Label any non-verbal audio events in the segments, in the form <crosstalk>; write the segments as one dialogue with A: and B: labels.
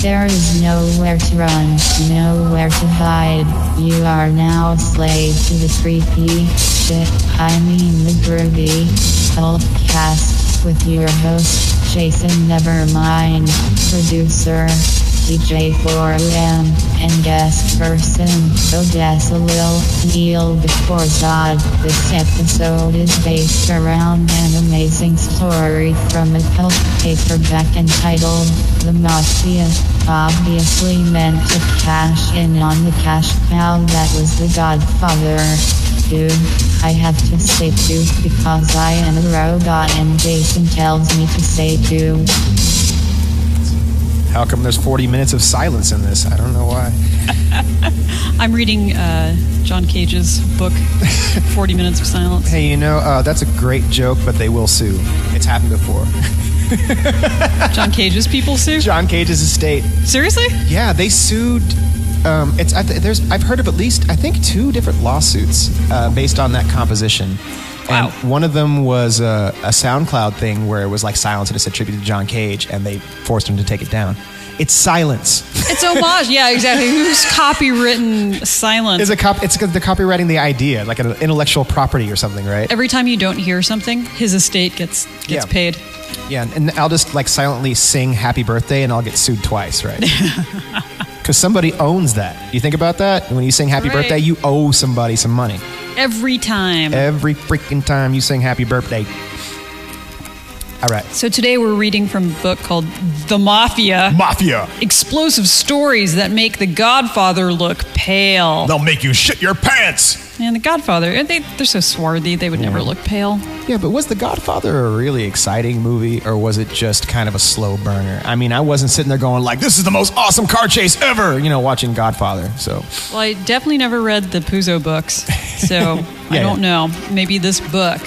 A: There is nowhere to run, nowhere to hide. You are now a slave to the creepy shit. I mean the groovy cast with your host Jason Nevermind, producer DJ 4UM, and guest person Odesalil Neil before Zod. This episode is based around an amazing story from a pulp paperback entitled The Mafia, obviously meant to cash in on the cash cow that was the Godfather. Dude, I have to say dude because I am a robot and Jason tells me to say dude.
B: How come there's 40 minutes of silence in this? I don't know why.
C: I'm reading uh, John Cage's book, <laughs> 40 Minutes of Silence.
B: Hey, you know, uh, that's a great joke, but they will sue. It's happened before. <laughs>
C: John Cage's people sue?
B: John Cage's estate.
C: Seriously?
B: Yeah, they sued. Um, it's I th- there's I've heard of at least I think two different lawsuits uh, based on that composition. And
C: Wow.
B: one of them was a, a SoundCloud thing where it was like silence and it's attributed to John Cage, and they forced him to take it down. It's silence.
C: It's homage. Yeah, exactly. <laughs> Who's copywritten silence?
B: It's a cop. It's 'cause they're copywriting the idea, like an intellectual property or something, right?
C: Every time you don't hear something, his estate gets gets
B: Yeah.
C: paid.
B: Yeah, and, and I'll just like silently sing "Happy Birthday" and I'll get sued twice, right? Because somebody owns that. You think about that when you sing "Happy
C: Right.
B: Birthday," you owe somebody some money
C: Every time.
B: every freaking time you sing "Happy Birthday." All right,
C: so today we're reading from a book called The Mafia.
B: mafia.
C: Explosive stories that make the Godfather look pale.
B: They'll make you shit your pants.
C: And the Godfather, eh, they, they're so swarthy, they would never look pale.
B: Yeah, but was The Godfather a really exciting movie, or was it just kind of a slow burner? I mean, I wasn't sitting there going like, "This is the most awesome car chase ever," you know, watching Godfather. So
C: Well, I definitely never read the Puzo books, so I
B: <laughs> Yeah, Mm-hmm.
C: don't know. Maybe this book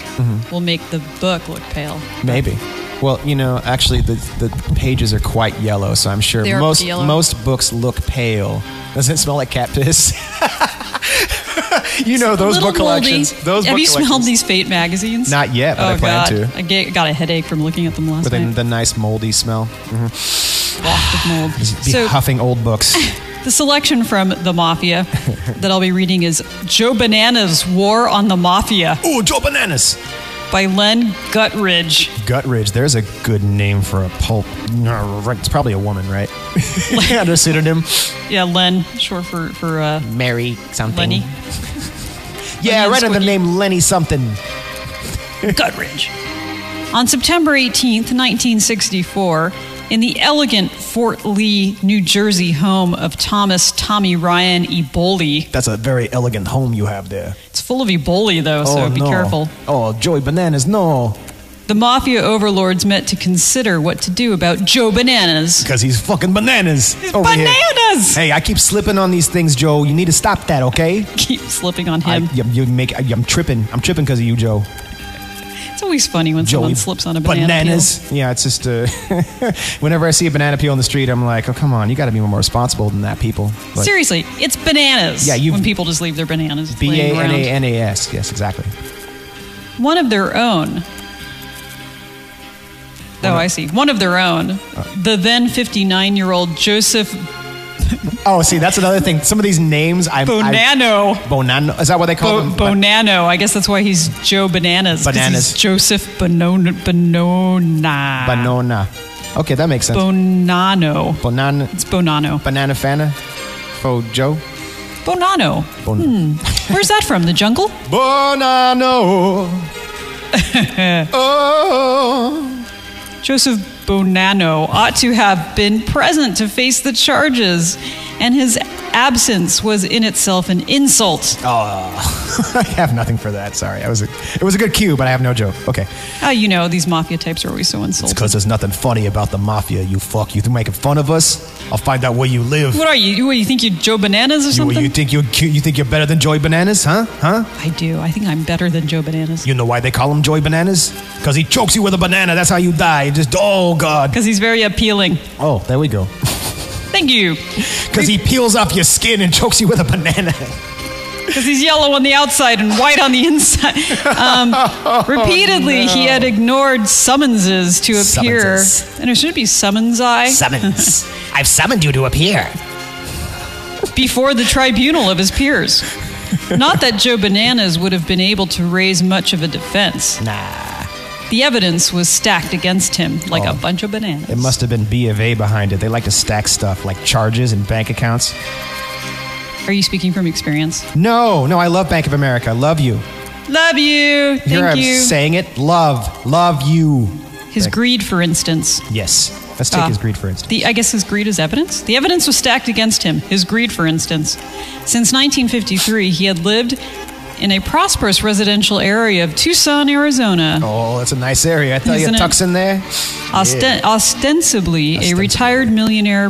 C: will make the book look pale.
B: Maybe. Well, you know, actually, the, the pages are quite yellow, so I'm sure
C: They are
B: most
C: yellow.
B: most books look pale. Doesn't it smell like cat piss? <laughs> you know those
C: Little
B: book collections.
C: moldy.
B: Those
C: Have
B: book
C: you smelled
B: collections.
C: these Fate magazines?
B: Not yet, but
C: oh,
B: I plan
C: God.
B: to.
C: I ga- got a headache from looking at them last
B: With the,
C: night.
B: the nice moldy smell.
C: Lots
B: <sighs>
C: of mold.
B: Be
C: So
B: huffing old
C: <laughs>
B: books.
C: the selection from
B: <laughs>
C: The Mafia that I'll be reading is Joe Banana's War on the Mafia
B: Ooh, Joe Bananas.
C: by Len Gutridge.
B: Gutridge. There's a good name for a pulp. No, right, It's probably a woman, right? <laughs> Under pseudonym.
C: Yeah, Len, short for for uh,
B: Mary something.
C: Lenny
B: Yeah,
C: Lenny
B: right under the
C: Squiggy.
B: name Lenny something.
C: Gutridge. On September 18th, 1964, in the elegant Fort Lee, New Jersey home of Thomas Tommy Ryan Eboli.
B: That's a very elegant home you have there.
C: It's full of Eboli, though,
B: Oh,
C: so be
B: no.
C: careful.
B: Oh, Joey Bananas, no.
C: The mafia overlords met to consider what to do about Joe Bananas. <laughs>
B: Because he's fucking bananas. over here.
C: Bananas!
B: Hey, I keep slipping on these things, Joe. You need to stop that, okay?
C: Keep slipping on
B: I,
C: him.
B: you, you make, I, am tripping. I'm tripping because of you, Joe.
C: it's always funny when
B: Joey
C: someone slips on a banana.
B: Bananas. Yeah, it's just, uh, <laughs> whenever I see a banana peel on the street, I'm like, oh, come on. You got to be more responsible than that, people.
C: peel.
B: Like,
C: Seriously, it's bananas.
B: Yeah, you've-
C: when people just leave their bananas
B: B A N
C: laying
B: A
C: around.
B: N A S. Yes, exactly.
C: one of their own. Oh, I see. One of Uh. their own. The then 59 year old Joseph
B: Oh, see, that's another thing. Some of these names, I'm. I,
C: Bonanno.
B: Bonano. Is that what they call
C: Bo-
B: them?
C: Bonanno. I guess that's why he's Joe Bananas. 'cause
B: Bananas.
C: He's Joseph Bonon- Bonona.
B: Banona. Okay, that makes sense.
C: Bonano.
B: Bonan.
C: It's Bonano.
B: Banana Fana. Fo Joe.
C: Bonano.
B: Bon-
C: Where's that from? The jungle?
B: Bonano. oh.
C: Joseph Bonanno ought to have been present to face the charges, and his absence was in itself an insult.
B: Oh. <laughs> I have nothing for that. Sorry. I was a, it was a good cue, but I have no joke. Okay.
C: Ah, you know, these mafia types are always so insulting.
B: Because there's nothing funny about the mafia, you fuck. You making fun of us? I'll find out where you live.
C: What are you? You- What, you think you're Joe Bananas or
B: You,
C: something?
B: you think you're cute? You think you're better than Joy Bananas, huh? Huh?
C: I do. I think I'm better than Joe Bananas.
B: You know why they call him Joy Bananas? Because he chokes you with a banana. That's how you die. Just oh god.
C: Because he's very appealing.
B: Oh, there we <laughs> go.
C: Thank you.
B: Because he peels off your skin and chokes you with a banana.
C: because he's yellow on the outside and white on the inside.
B: <laughs>
C: Um,
B: Oh,
C: repeatedly, he had ignored summonses to appear.
D: Summonses.
C: And it should be summons I <laughs>
D: Summons. I've summoned you to appear.
C: before the tribunal of his peers. Not that Joe Bananas would have been able to raise much of a defense.
D: Nah.
C: The evidence was stacked against him like a bunch of bananas.
B: Oh. It must have been B of A behind it. They like to stack stuff like charges and bank accounts.
C: Are you speaking from experience?
B: No, no, I love Bank of America. I Love you.
C: Love you. Thank
B: Here I'm
C: you.
B: saying it. Love. Love you.
C: his greed, for instance.
B: Yes. Let's take
C: Ah.
B: his greed for instance.
C: The, I guess his greed is evidence? The evidence was stacked against him, his greed, for instance. Since 1953, he had lived in a prosperous residential area of Tucson, Arizona,
B: Oh, that's a nice area. I tell
C: Isn't
B: you,
C: it?
B: Tuck's in there.
C: osten- ostensibly a
B: Ostensibly.
C: retired millionaire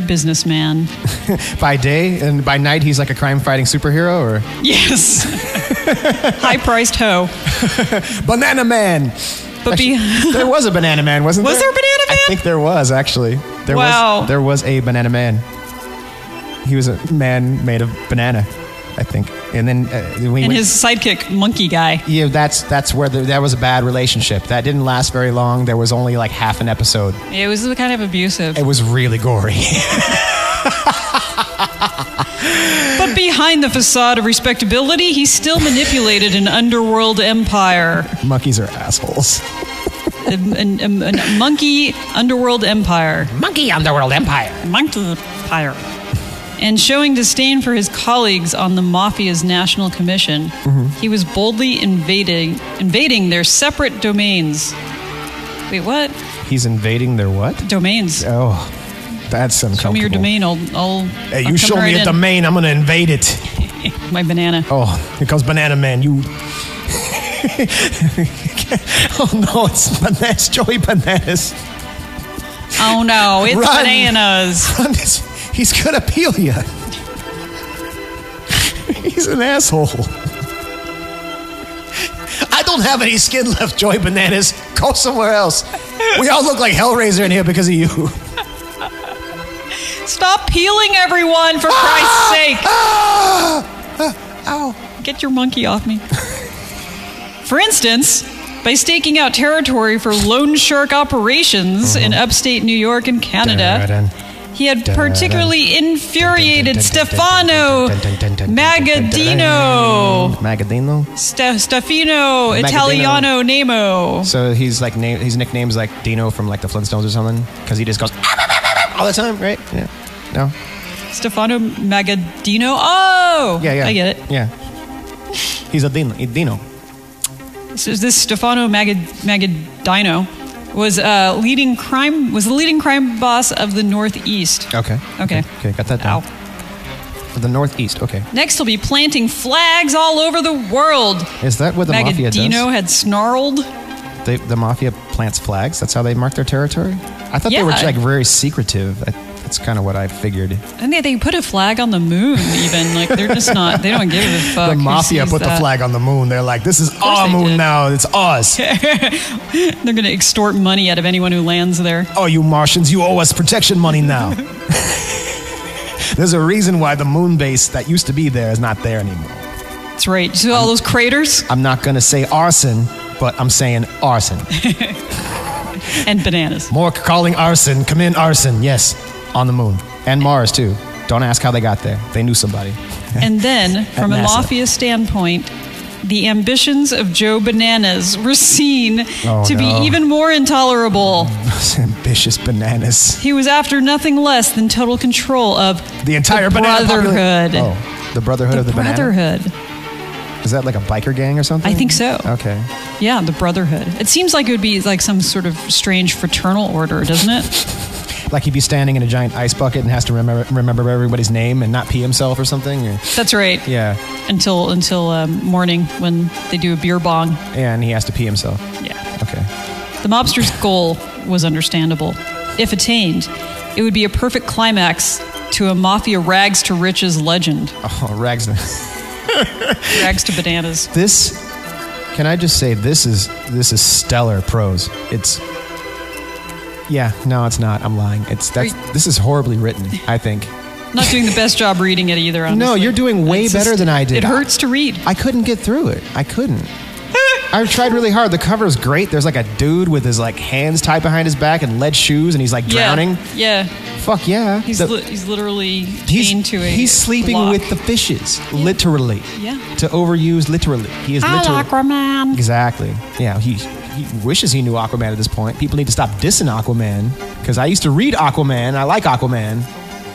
B: <laughs>
C: businessman.
B: By day and by night, he's like a crime-fighting superhero or
C: Yes.
B: <laughs>
C: High priced hoe.
B: Banana Man.
C: But be-
B: Actually, there was a Banana Man, wasn't
C: Was
B: there?
C: there a Banana Man?
B: I think there was actually. There
C: Wow.
B: Was, there was a Banana Man. He was a man made of banana, I think. And then uh, we
C: <laughs> And
B: went-
C: his sidekick, monkey guy.
B: yeah, that's that's where the, that was a bad relationship. That didn't last very long. There was only like half an episode.
C: It was kind of abusive.
B: It was really gory. <laughs>
C: But behind the facade of respectability, he still manipulated an underworld empire.
B: Monkeys are assholes.
C: an, an, an monkey underworld empire.
D: Monkey Underworld Empire.
C: Monkey empire. And showing disdain for his colleagues on the Mafia's National Commission, he was boldly invading invading their separate domains. Wait, what?
B: He's invading their what?
C: Domains.
B: Oh, that's uncomfortable.
C: Show me your domain. I'll. I'll
B: Hey,
C: I'll
B: you show
C: come right
B: me a
C: in.
B: domain, I'm gonna invade it.
C: My banana.
B: Oh, here comes Banana Man. You. oh no, it's bananas. Joey Bananas.
C: Oh no,
B: <laughs>
C: it's
B: Run.
C: bananas.
B: Run this. He's gonna peel you. He's an asshole. I don't have any skin left, Joey Bananas. Go somewhere else. We all look like Hellraiser in here because of you.
C: Stop peeling everyone for Christ's sake.
B: <laughs> Ow.
C: Get your monkey off me. For instance, by staking out territory for loan shark operations in upstate New York and Canada, he had particularly infuriated Stefano Magadino,
B: Magadino.
C: Ste- Stefano
B: Magadino.
C: Italiano Nemo.
B: So he's like name, his nickname's like Dino from like the Flintstones or something because he just goes "Ah, all the time, right? Yeah. No.
C: Stefano Magadino. Oh,
B: Yeah, yeah.
C: I get it.
B: Yeah. He's a Dino. a Dino.
C: So this Stefano Magad- Magadino was uh, leading crime was the leading crime boss of the Northeast.
B: Okay.
C: Okay.
B: Okay. Got that down.
C: Ow.
B: The Northeast. Okay.
C: Next, he'll be planting flags all over the world.
B: Is that what the mafia
C: Magadino
B: does?
C: had snarled.
B: They, the mafia plants flags. That's how they mark their territory. I thought they were
C: Yeah.
B: like very secretive. I, that's kind of what I figured.
C: And they, they put a flag on the moon, even. Like, they're just not, they don't give a fuck.
B: the
C: who
B: mafia
C: sees
B: put the
C: that.
B: flag on the moon. They're like, this is our
C: they
B: moon
C: did.
B: now. It's ours.
C: They're going to extort money out of anyone who lands there.
B: Oh, you Martians, you owe us protection money now. There's a reason why the moon base that used to be there is not there anymore.
C: That's right. So, all those craters
B: I'm not going to say arson, but I'm saying arson.
C: and bananas.
B: More calling arson, come in arson, yes, on the moon. And Mars, too. Don't ask how they got there. They knew somebody. <laughs>
C: And then, from a
B: NASA.
C: mafia standpoint, the ambitions of Joe Bananas were seen
B: Oh,
C: to
B: no.
C: be even more intolerable.
B: Those ambitious bananas.
C: He was after nothing less than total control of
B: The entire banana popula-
C: Brotherhood.
B: Oh, the Brotherhood of the Banana.
C: Brotherhood.
B: Is that like a biker gang or something?
C: I think so.
B: Okay.
C: Yeah, the Brotherhood. It seems like it would be like some sort of strange fraternal order, doesn't it?
B: Like he'd be standing in a giant ice bucket and has to remember, remember everybody's name and not pee himself or something? Or,
C: That's right.
B: yeah.
C: Until until um, morning when they do a beer bong.
B: and he has to pee himself.
C: Yeah.
B: Okay.
C: The mobster's goal was understandable. If attained, it would be a perfect climax to a mafia rags to riches legend.
B: Oh, <laughs> rags.
C: Rags to bananas.
B: This, can I just say, this is this is stellar prose. It's, yeah, no, it's not. I'm lying. It's that's.
C: Are you-
B: This is horribly written. I think.
C: not doing the best job reading it either. Honestly.
B: No, you're doing way
C: It's
B: better than I did.
C: It hurts to read.
B: I couldn't get through it. I couldn't. I've tried really hard. The cover's great. There's like a dude with his like hands tied behind his back and lead shoes, and he's like drowning.
C: Yeah,
B: Fuck yeah.
C: he's
B: The-
C: li- he's literally
B: he's,
C: chained to a.
B: he's sleeping
C: block.
B: with the fishes, literally.
C: Yeah.
B: To overuse, literally. He is
C: I
B: literally.
C: like Aquaman.
B: Exactly. Yeah, he, he wishes he knew Aquaman at this point. People need to stop dissing Aquaman because I used to read Aquaman. I like Aquaman.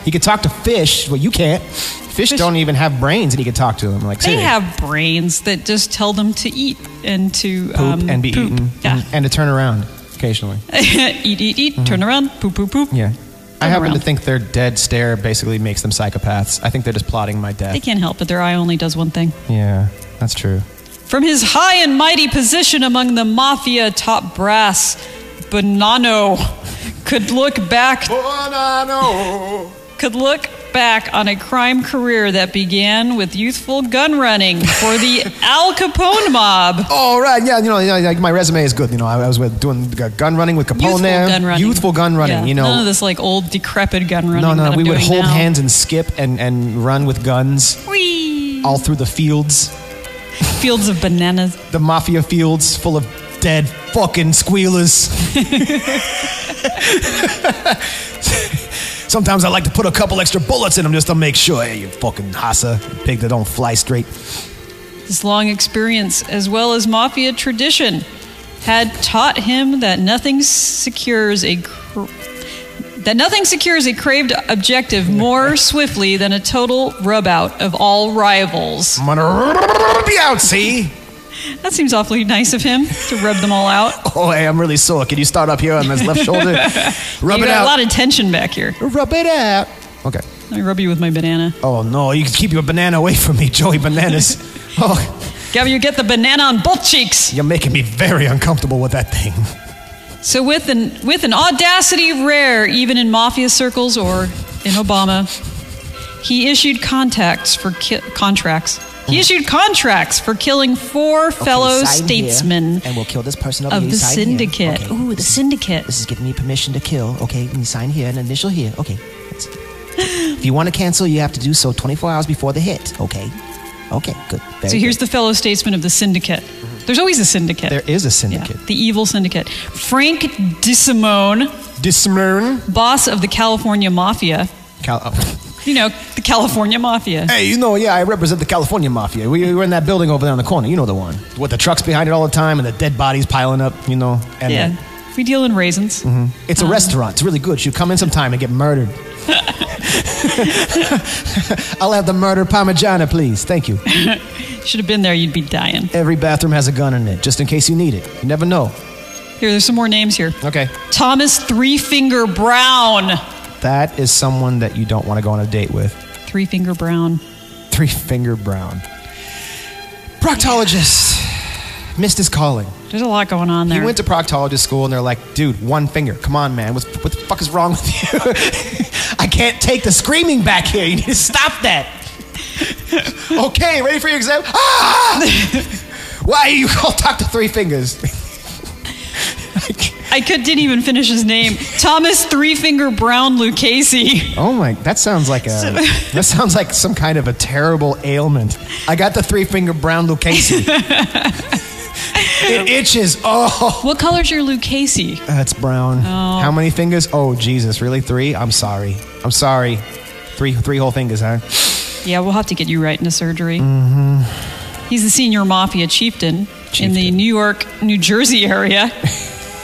B: He could talk to fish. Well, you can't. Fish, don't even have brains, and he could talk to them. Like
C: They
B: seriously.
C: have brains that just tell them to eat and to poop um,
B: and be
C: poop.
B: eaten
C: Yeah,
B: and, and to turn around occasionally.
C: <laughs> eat, eat, eat. Turn around. Poop, poop, poop.
B: Mm-hmm. Yeah. I
C: Turn
B: happen
C: around.
B: to think their dead stare basically makes them psychopaths. I think they're just plotting my death.
C: They can't help it. Their eye only does one thing.
B: Yeah, that's true.
C: From his high and mighty position among the mafia top brass, Bonanno could look back
B: <laughs>
C: could look back on a crime career that began with youthful gun running for the
B: <laughs>
C: Al Capone mob.
B: Oh right, yeah, you know, yeah, like my resume is good. You know, I, I was with doing g- gun running with Capone.
C: Youthful
B: there.
C: gun running.
B: Youthful gun running.
C: Yeah,
B: You know,
C: none of this like old decrepit gun running.
B: no, no,
C: that I'm
B: we would
C: doing
B: hold
C: now.
B: hands and skip and and run with guns
C: Whee!
B: all through the fields,
C: Fields of bananas.
B: the mafia fields full of dead fucking squealers. <laughs> Sometimes I like to put a couple extra bullets in them just to make sure. Hey, you fucking hassa, you pig that don't fly straight.
C: His long experience, as well as mafia tradition, had taught him that nothing secures a cr- that nothing secures a craved
B: <laughs>
C: objective more swiftly than a total rub out of all rivals.
B: I'm gonna be out. See?
C: That seems awfully nice of him to rub them all out.
B: Oh, hey, I'm really sore. Can you start up here on this left
C: <laughs>
B: shoulder? Rub
C: you
B: it
C: got
B: out.
C: a lot of tension back here.
B: Rub it out. Okay.
C: Let me rub you with my banana.
B: Oh no, you can keep your banana away from me, Joey
C: <laughs>
B: Bananas. oh,
C: Gabby, you get the banana on both cheeks.
B: you're making me very uncomfortable with that thing.
C: So with an with an audacity rare even in mafia circles or in Obama, he issued contacts for ki- contracts. He issued contracts for killing four fellow
E: Mm. sign here,
C: statesmen
E: and we'll kill this person over
C: of
E: here.
C: the
E: Sign here.
C: syndicate.
E: Okay.
C: Ooh, the syndicate.
E: This is giving me permission to kill. Okay, you sign here and initial here. Okay. That's it. if you want to cancel, you have to do so 24 hours before the hit. Okay. Okay, good. Very
C: So here's the fellow statesmen of the syndicate.
E: Mm-hmm.
C: There's always a syndicate.
B: There is a
C: Yeah,
B: syndicate.
C: the evil syndicate. Frank DeSimone,
B: Discern.
C: boss of the California Mafia.
B: Cal- oh.
C: You know, the California Mafia.
B: Hey, you know, yeah, I represent the California Mafia. We we were in that building over there on the corner. You know the one with the trucks behind it all the time and the dead bodies piling up. You know, and
C: Yeah. Uh-huh. We deal in raisins.
E: Mm-hmm.
B: it's a restaurant. It's really good. You come in sometime and get
C: <laughs>
B: murdered. <laughs> I'll have the murder parmigiana, please. Thank you.
C: Should have been there, you'd be dying.
B: Every bathroom has a gun in it, just in case you need it. You never know.
C: Here, there's some more names here.
B: Okay.
C: Thomas Three Finger Brown.
B: That is someone that you don't want to go on a date with.
C: Three Finger Brown.
B: Three Finger Brown. Proctologist. Missed his calling.
C: There's a lot going on
B: He
C: there.
B: went to proctologist school and they're like, dude, one finger. Come on, man. What's, what the fuck is wrong with you? <laughs> I can't take the screaming back here. You need to stop that. okay, ready for your exam? Ah! <laughs> Why you all talk to three fingers? <laughs> I can't-
C: I could didn't even finish his name. Thomas Three Finger Brown
B: <laughs>
C: Lucchese.
B: Oh my! That sounds like a that sounds like some kind of a terrible ailment. I got the three finger brown Lucchese. it itches. Oh,
C: What color's your Lucchese?
B: that's brown. How many fingers? Oh Jesus! Really? Three? I'm sorry. I'm sorry. Three three whole fingers, huh?
C: Yeah, we'll have to get you right into surgery. He's the senior mafia chieftain, in the
B: Mm-hmm. Chieftain.
C: New York, New Jersey
B: <laughs>
C: area.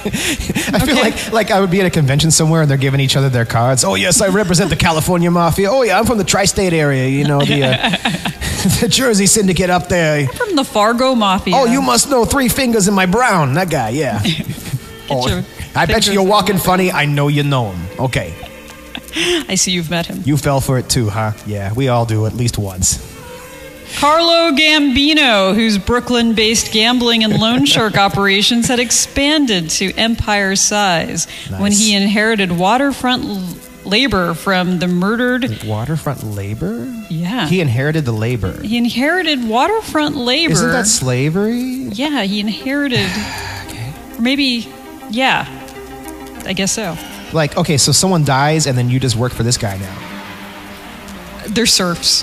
B: I feel like like I would be at a convention somewhere and they're giving each other their cards. Oh yes, I represent the California Mafia. Oh yeah, I'm from the tri-state area. You know the uh, <laughs> the Jersey Syndicate up there.
C: From the Fargo Mafia.
B: Oh, you must know three fingers in my brown. That guy,
C: <laughs>
B: yeah.
C: your
B: oh, I bet
C: fingers
B: you you're
C: in
B: walking funny. I know you know him. Okay.
C: I see you've met him.
B: You fell for it too, huh? Yeah, we all do at least once.
C: Carlo Gambino, whose Brooklyn based gambling and
B: <laughs>
C: loan shark operations had expanded to empire size when
B: Nice.
C: he inherited waterfront l- labor from the murdered.
B: Waterfront labor?
C: Yeah.
B: He inherited the labor.
C: He inherited waterfront labor.
B: Isn't that slavery?
C: yeah,
B: <sighs>
C: he inherited. Or maybe, yeah. I guess so.
B: Like, okay, so someone dies and then you just work for this guy now. <laughs>
C: They're serfs.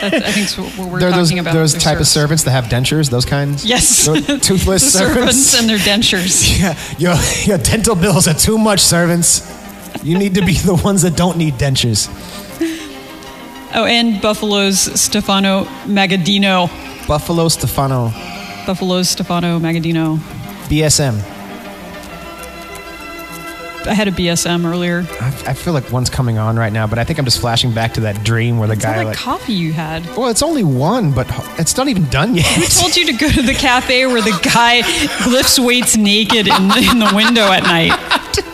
C: That's, I think that's what we're
B: There are those,
C: talking about.
B: those
C: They're
B: type of
C: serfs.
B: servants that have dentures, those kinds.
C: Yes. <laughs>
B: Those toothless
C: the
B: servants.
C: servants and their
B: <laughs>
C: dentures.
B: Yeah, your, your dental bills are too much, servants. You need to be the ones that don't need dentures.
C: Oh, and Buffalo's Stefano Magadino.
B: Buffalo Stefano,
C: Buffalo's Stefano Magadino.
B: BSM.
C: I had a BSM earlier.
B: I, I feel like one's coming on right now, but I think I'm just flashing back to that dream where the
C: Is that
B: guy
C: that
B: like,
C: coffee you had?
B: well, it's only one, but it's not even done yet.
C: <laughs> Who told you to go to the cafe where the guy lifts weights naked in the, in the window
B: <laughs>
C: at night?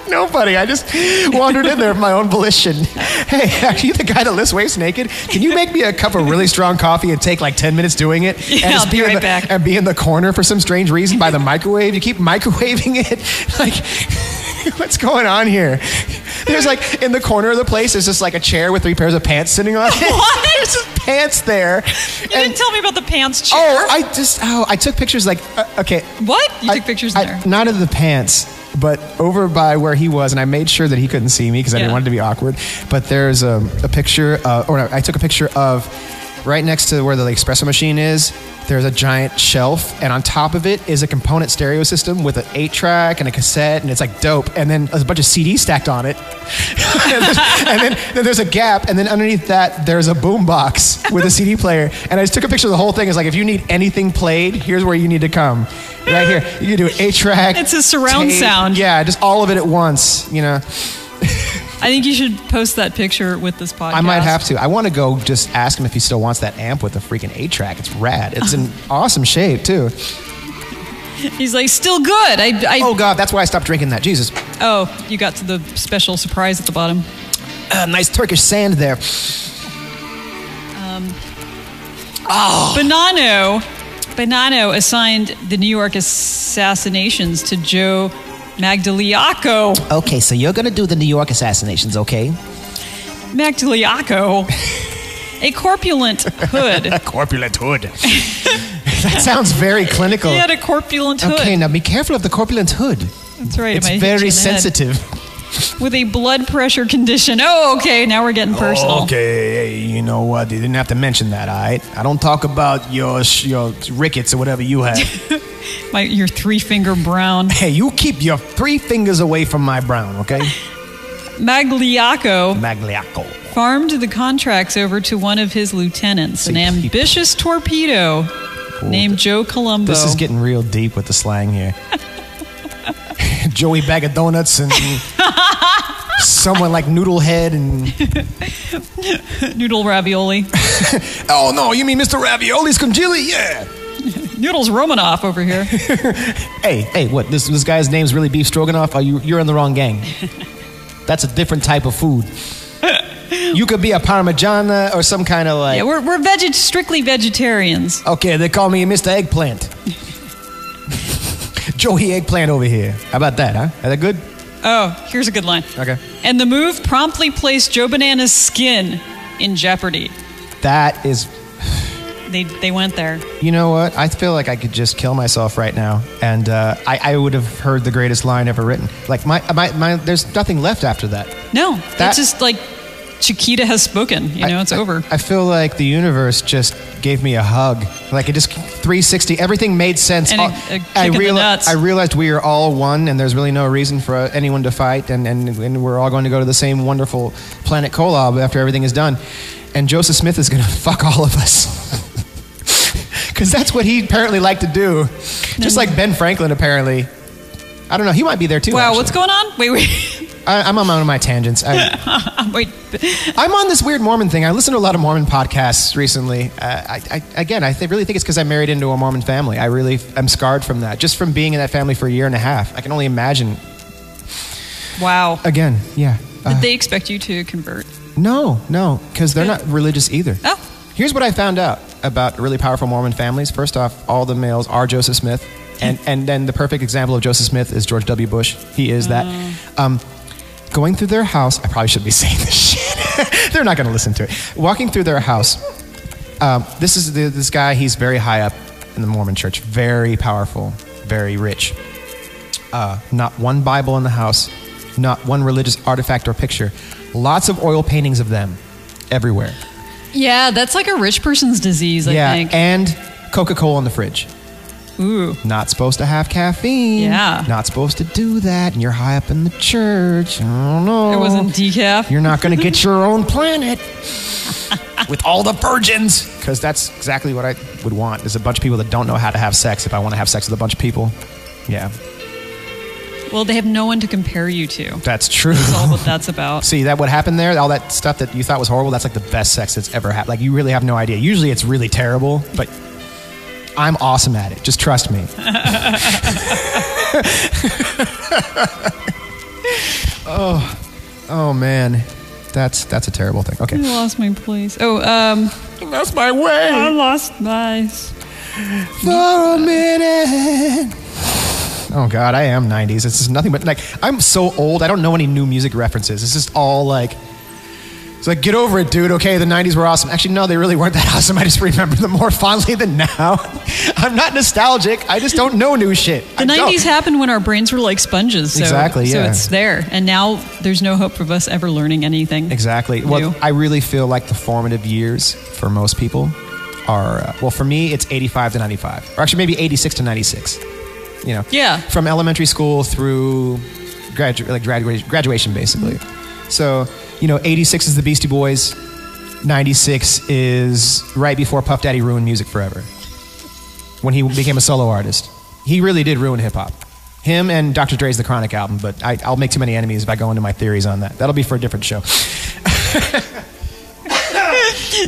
B: Nobody. I just wandered in there of my own volition. Hey, are you the guy that lifts weights naked? Can you make me a cup of really strong coffee and take like 10 minutes doing it? and
C: Yeah, I'll be
B: in
C: right
B: the-
C: back.
B: And be in the corner for some strange reason by the microwave. You keep microwaving it. <laughs> Like, what's going on here? There's like in the corner of the place, there's just like a chair with three pairs of pants sitting on it.
C: <laughs> What?
B: There's just pants there.
C: You didn't tell me about the pants chair.
B: Oh, I just oh, I took pictures like uh, okay.
C: What? You
B: I-
C: took pictures
B: I-
C: there.
B: Not of the pants, but over by where he was, and I made sure that he couldn't see me because I
C: Yeah.
B: didn't want it to be awkward. But there's um, a picture, uh, or no, I took a picture of right next to where the espresso machine is. There's a giant shelf, and on top of it is a component stereo system with an eight track and a cassette, and it's like dope. And then there's a bunch of CDs stacked on it. and then, and then- then there's a gap, and then underneath that there's a boom box with a CD player. And I just took a picture of the whole thing. It's like if you need anything played, here's where you need to come. Right here, you can do an eight track.
C: It's a surround sound.
B: Yeah, just all of it at once. You know,
C: I think you should post that picture with this podcast.
B: I might have to. I want to go just ask him if he still wants that amp with the freaking eight track. It's rad. It's
C: <laughs>
B: in awesome shape too.
C: He's like, still good. I, I
B: Oh god, that's why I stopped drinking that. Jesus,
C: Oh, you got to the special surprise at the bottom.
B: uh, nice Turkish sand there.
C: Bonanno, Bonanno assigned the New York assassinations to Joe Magdaliaco.
E: Okay, so you're gonna do the New York assassinations, okay?
C: Magdaliaco. A corpulent hood.
B: <laughs> Corpulent hood. <laughs> that sounds very clinical.
C: He had a corpulent hood.
B: Okay, now be careful of the corpulent
C: <laughs>
B: hood.
C: That's right. it
B: It's
C: might hit you
B: very
C: in the head.
B: sensitive.
C: With a blood pressure condition. Oh, okay. Now we're getting personal.
B: Oh, Okay, hey, you know what? You didn't have to mention that, all right? I don't talk about your sh- your rickets or whatever you
C: <laughs>
B: have.
C: My, your three finger brown.
B: hey, you keep your three fingers away from my brown, okay?
C: Magliaco
B: Magliaco.
C: farmed the contracts over to one of his lieutenants, an
B: See, he-
C: ambitious torpedo named Joe Colombo.
B: This is getting real deep with the slang
C: <laughs>
B: here. Joey Bag of Donuts and someone like Noodlehead and.
C: noodle ravioli.
B: Oh, no, you mean Mr. Ravioli's Congealy? Yeah!
C: Noodles Romanoff over
B: <laughs>
C: here.
B: Hey, hey, what? This this guy's name's really beef stroganoff. Are you you're in the wrong gang? That's a different type of food. You could be a parmigiana or some kind of like.
C: Yeah, we're we're veg- strictly vegetarians.
B: okay, they call me Mr. Eggplant. Joey Eggplant over here. How about that, huh? Is that good?
C: Oh, here's a good line.
B: Okay.
C: And the move promptly placed Joe Banana's skin in jeopardy.
B: That is.
C: They they went there.
B: You know what? I feel like I could just kill myself right now, and uh, I, I would have heard the greatest line ever written. Like my, my, my there's nothing left after that.
C: No,
B: That-
C: that's just like Chiquita has spoken. You know,
B: I-
C: it's
B: I-
C: over.
B: I feel like the universe just gave me a hug. Like it just 360. Everything made sense.
C: And a-
B: All-
C: a kick
B: I
C: in the
B: reali-
C: nuts.
B: I realized we are all one, and there's really no reason for uh, anyone to fight, and, and and we're all going to go to the same wonderful planet Kolob after everything is done. And Joseph Smith is going to <laughs> fuck all of us. <laughs> Because that's what he apparently liked to do. Just like Ben Franklin, apparently. I don't know. He might be there too.
C: wow,
B: actually.
C: what's going on? Wait, wait, <laughs> Um,
B: I, I'm on one of my tangents. I,
C: wait.
B: I'm on this weird Mormon thing. I listened to a lot of Mormon podcasts recently. Uh, I, I, again, I th- really think it's because I married into a Mormon family. I really f- am scarred from that, just from being in that family for a year and a half. I can only imagine.
C: Wow.
B: Again, yeah. Uh,
C: Did they expect you to convert?
B: no, no, because they're not religious either.
C: Oh.
B: Here's what I found out about really powerful Mormon families. First off, all the males are Joseph Smith. And, and then the perfect example of Joseph Smith is George W. Bush. He is that. Um, going through their house, I probably should be <laughs> saying this shit. <laughs> They're not going to listen to it. Walking through their house, um, this is the, this guy. He's very high up in the Mormon Church, very powerful, very rich. Uh, not one Bible in the house, not one religious artifact or picture. Lots of oil paintings of them. everywhere.
C: Yeah, that's like a rich person's disease, I
B: yeah,
C: think.
B: and Coca Cola in the fridge.
C: Ooh.
B: Not supposed to have caffeine.
C: Yeah.
B: Not supposed to do that. And you're high up in the church. I don't know.
C: It wasn't decaf.
B: Oh. You're not going to get your own
C: <laughs>
B: planet with all the virgins. Because that's exactly what I would want is a bunch of people that don't know how to have sex if I want to have sex with a bunch of people. Yeah,
C: Well, they have no one to compare you to.
B: that's true.
C: That's all what that's
B: <laughs>
C: about.
B: See that what happened there? All that stuff that you thought was horrible. That's like the best sex that's ever happened. Like you really have no idea. Usually it's really terrible, but I'm awesome at it. Just trust me. oh, oh man, that's that's a terrible thing.
C: I
B: Okay,
C: lost my place. Oh, um,
B: that's my way.
C: I lost my.
B: For a minute. Oh god, I am 90s. This is nothing but like I'm so old. I don't know any new music references. It's just all like it's like get over it, dude. Okay, the 90s were awesome. Actually, no, they really weren't that <laughs> awesome. I just remember them more fondly than now. <laughs> I'm not nostalgic. I just don't know new shit.
C: The 90s happened when our brains were like sponges. So,
B: Exactly,
C: So
B: yeah.
C: it's there. And now there's no hope of us ever learning anything.
B: Exactly. Well,
C: new.
B: I really feel like the formative years for most people are uh, well, for me, it's 85 to 95, or actually maybe 86 to 96. You know,
C: Yeah.
B: from elementary school through gradu- like graduation, graduation basically. So, you know, 86 is the Beastie Boys. 96 is right before Puff Daddy ruined music forever when he became a solo artist. He really did ruin hip hop. Him and Dr. Dre's The Chronic album, but I, I'll make too many enemies if I go into my theories on that. That'll be for a different show.
C: <laughs>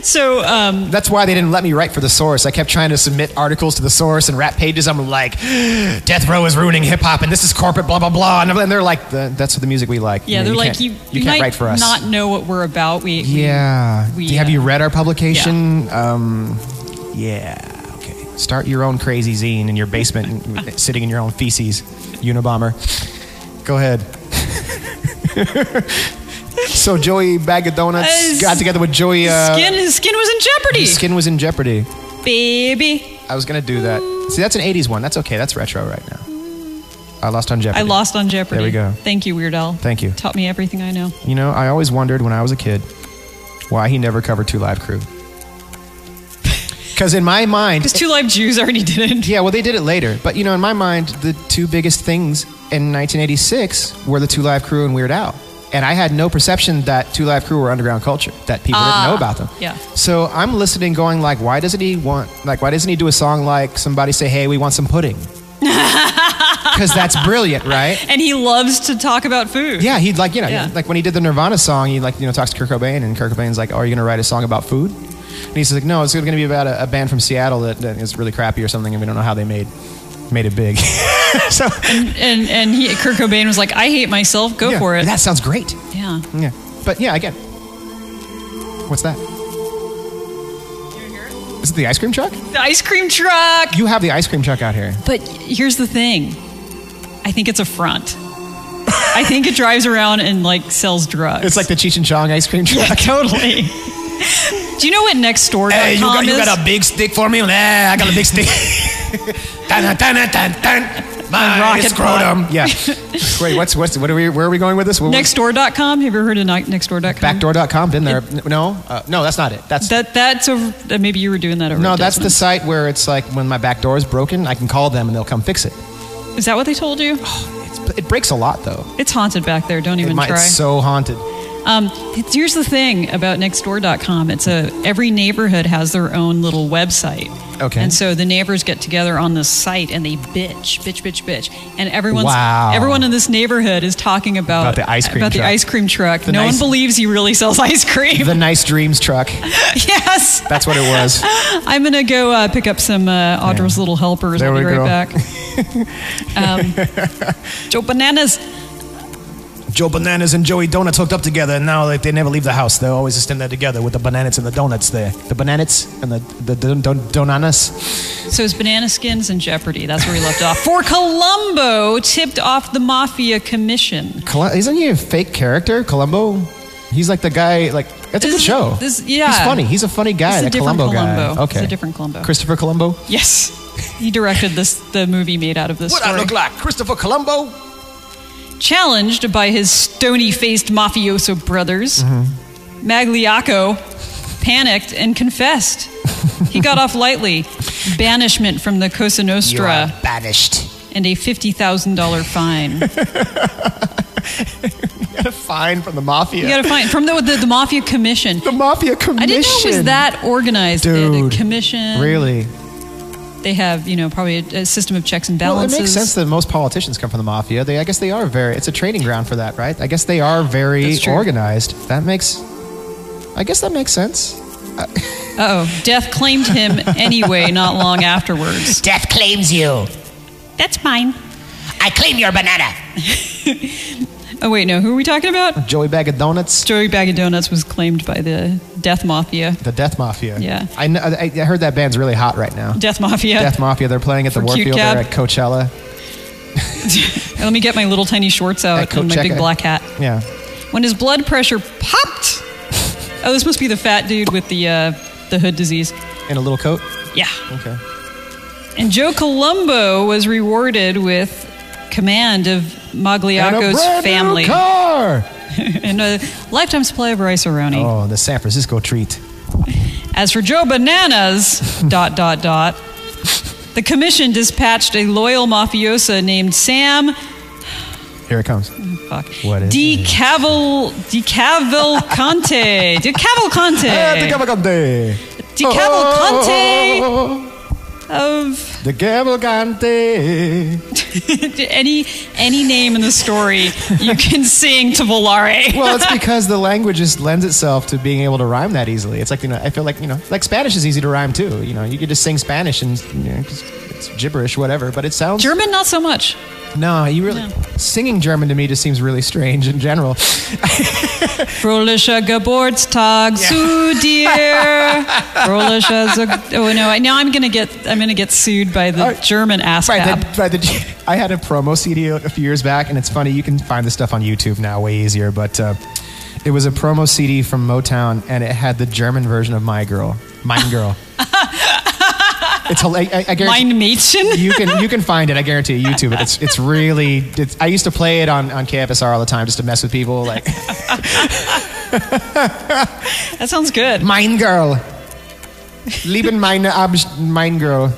C: So, um,
B: That's why they didn't let me write for the source. I kept trying to submit articles to the source and rap pages. I'm like, Death Row is ruining hip hop and this is corporate, blah, blah, blah. And then they're like, "The- that's the music we like. You
C: yeah,
B: know,
C: they're like,
B: can't-
C: you,
B: you can't
C: might
B: write for us.
C: not know what we're about. We, we-
B: yeah.
C: we,
B: Do- Have
C: uh,
B: you read our publication? Um, yeah. Okay. Start your own crazy zine in your basement <laughs> and- sitting in your own feces, Unabomber. Go
C: <laughs>
B: ahead. so Joey Bag of Donuts
C: Uh,
B: got together with Joey. Uh,
C: skin, his skin was in jeopardy.
B: his skin was in jeopardy.
C: Baby.
B: I was gonna do that. See, that's an '80s one. That's okay. That's retro right now. I lost on Jeopardy.
C: I lost on Jeopardy.
B: There we go.
C: Thank you, Weird Al.
B: Thank you.
C: Taught me everything I know.
B: You know, I always wondered when I was a kid why he never covered Two Live Crew. Because in my mind,
C: Because Two Live Jews already <laughs> did it.
B: yeah, well, they did it later. But you know, in my mind, the two biggest things in 1986 were the Two Live Crew and Weird Al. And I had no perception that Two Live Crew were underground culture, that people didn't know about them.
C: yeah.
B: So I'm listening, going like, why doesn't he want, like, why doesn't he do a song like somebody say, "Hey, we want some pudding"? Because that's brilliant, right?
C: And he loves to talk about food.
B: Yeah, he'd like you know
C: Yeah.
B: like when he did the Nirvana song, he like you know talks to Kurt Cobain, and Kurt Cobain's like, "Oh, are you gonna write a song about food?" And he's like, "No, it's gonna be about a, a band from Seattle that, that is really crappy or something, and we don't know how they made made it big." <laughs> so
C: And and he, Kurt Cobain was like, I hate myself. Go
B: yeah,
C: for it.
B: That sounds great.
C: yeah.
B: Yeah, but yeah, again, what's that? Is it the ice cream truck?
C: The ice cream truck.
B: You have the ice cream truck out here.
C: But here's the thing. I think it's a front. I think it drives around and like sells drugs.
B: It's like the Cheech and Chong ice cream truck.
C: <laughs> Yeah, totally. Do you know what next door
D: Hey, you got, you
C: is?
D: got a big stick for me?
B: <laughs>
D: Nah, I got a big stick.
C: <laughs>
D: dun, dun, dun, dun, dun. My
C: rocket
D: scrotum.
B: Yeah. Wait, what's what's what are we? Where are we going with this? What-
C: Nextdoor.com. Have you ever heard of ni- Nextdoor.com?
B: Backdoor.com. Been there? No, uh, no, that's not it. That's
C: That that's over. uh, Maybe you were doing that over.
B: No,
C: at
B: that's the
C: Desmond's.
B: site where it's like when my back door is broken, I can call them and they'll come fix it.
C: Is that what they told
B: <sighs>
C: you?
B: It's, it breaks a lot though.
C: It's haunted back there. Don't
B: It
C: even
B: might,
C: try.
B: it's so haunted.
C: Um, it's, here's the thing about Nextdoor.com. It's a every neighborhood has their own little website.
B: Okay.
C: And so the neighbors get together on this site and they bitch, bitch, bitch, bitch, and everyone's
B: Wow.
C: everyone in this neighborhood is talking about
B: About the ice cream
C: about the
B: truck.
C: ice cream truck.
B: The
C: no
B: nice-
C: one believes he really sells <laughs> ice cream.
B: The nice dreams truck.
C: <laughs> yes.
B: That's what it was.
C: I'm gonna go uh, pick up some uh, Audra's little helpers.
B: There
C: I'll be
B: we
C: right
B: go. <laughs>
C: back. um, Joe Bananas.
B: <laughs> Joe Bananas and Joey Donuts hooked up together, and now like, they never leave the house. They're always just in there together with the bananas and the donuts there. The bananas and the, the don, don, donanas.
C: So it's banana skins and Jeopardy. That's where we left off. For Columbo tipped off the mafia commission.
B: Col- isn't he a fake character, Columbo? He's like the guy. Like that's a
C: This
B: good
C: is-
B: show.
C: this- yeah.
B: he's funny. He's a funny guy.
C: It's a
B: the
C: different
B: Columbo guy.
C: Columbo. It's
B: Okay,
C: a different Columbo.
B: Christopher Columbo.
C: Yes, he directed this the movie made out of this.
B: What
C: story.
B: I look like, Christopher Columbo? Mm-hmm.
C: Challenged by his stony-faced mafioso brothers, Magliacco panicked and confessed. He got off lightly, banishment from the Cosa
E: You
C: Nostra,
E: are banished.
C: and a $50,000 fine.
B: Fine from the mafia.
C: You got to find from the, the the mafia commission.
B: the mafia commission.
C: I didn't know it was that uh, organized. They had a
B: Dude.
C: commission.
B: Really?
C: They have you know probably a, a system of checks and
B: Well,
C: balances.
B: it makes sense that most politicians come from the mafia. They, I guess, they are very. It's a training ground for that, right? I guess they are very
C: That's true.
B: organized. That makes. I guess that makes sense.
C: Oh, death
B: <laughs>
C: claimed him anyway. Not long afterwards.
E: Death claims you.
C: That's mine.
E: I claim your banana.
C: Oh wait, no. Who are we talking about?
B: Joey Bag of Donuts,
C: Joey Bag of Donuts was claimed by the Death Mafia.
B: the Death Mafia.
C: Yeah.
B: I, kn- I, I heard that band's really hot right now.
C: Death Mafia.
B: Death Mafia. They're playing at the
C: For Cute
B: Warfield. They're at
C: Cab.
B: Coachella.
C: <laughs> Let me get my little tiny shorts out
B: Echo
C: and my
B: check
C: big
B: it.
C: black hat.
B: Yeah.
C: When his blood pressure
B: <laughs>
C: popped. Oh, this must be the fat dude with the uh, the hood disease.
B: In a little coat.
C: Yeah.
B: Okay.
C: And Joe Colombo was rewarded with command of
B: And a
C: Magliocco's
B: brand new
C: family
B: car.
C: <laughs> and a lifetime supply of rice aroni.
B: Oh, the San Francisco treat.
C: As for Joe
B: <laughs>
C: Bananas, dot dot dot, the commission dispatched a loyal mafiosa named Sam
B: Here it comes.
C: fuck,
B: What is
C: Di Caval
B: <laughs>
C: Di Cavalcante
B: Eh,
C: Di
B: the
C: Cavalcante
B: Cavalcante.
C: Di
B: Oh.
C: Cavalcante of
B: <laughs>
C: <laughs>
B: The Cavalcante.
C: any any name in the story you can sing to Volare.
B: Well, it's because the language just lends itself to being able to rhyme that easily. It's like you know, I feel like you know, like Spanish is easy to rhyme too. You know, you could just sing Spanish and you know, 'cause it's gibberish, whatever. But it sounds
C: German, not so much.
B: No, you really singing German to me just seems really strange in general.
C: Fröhlicher Geburtstag zu
B: <laughs>
C: dir. Fröhlicher Ze- Oh no! I- Now I'm gonna get I'm gonna get sued by the
B: Uh,
C: German ASCAP.
B: Right, that, right, that- <laughs> I had a promo CD a few years back, and it's funny. You can find this stuff on YouTube now, way easier. But uh, it was a promo CD from Motown, and it had the German version of My Girl, Mine Girl. it's hila- I, I guarantee
C: Mein Mädchen.
B: you can you can find it. I guarantee you, YouTube. it. It's it's really. It's, I used to play it on on KFSR all the time just to mess with people. Like
C: That sounds good.
B: Mine Girl, lieben meine Abs Mine Girl.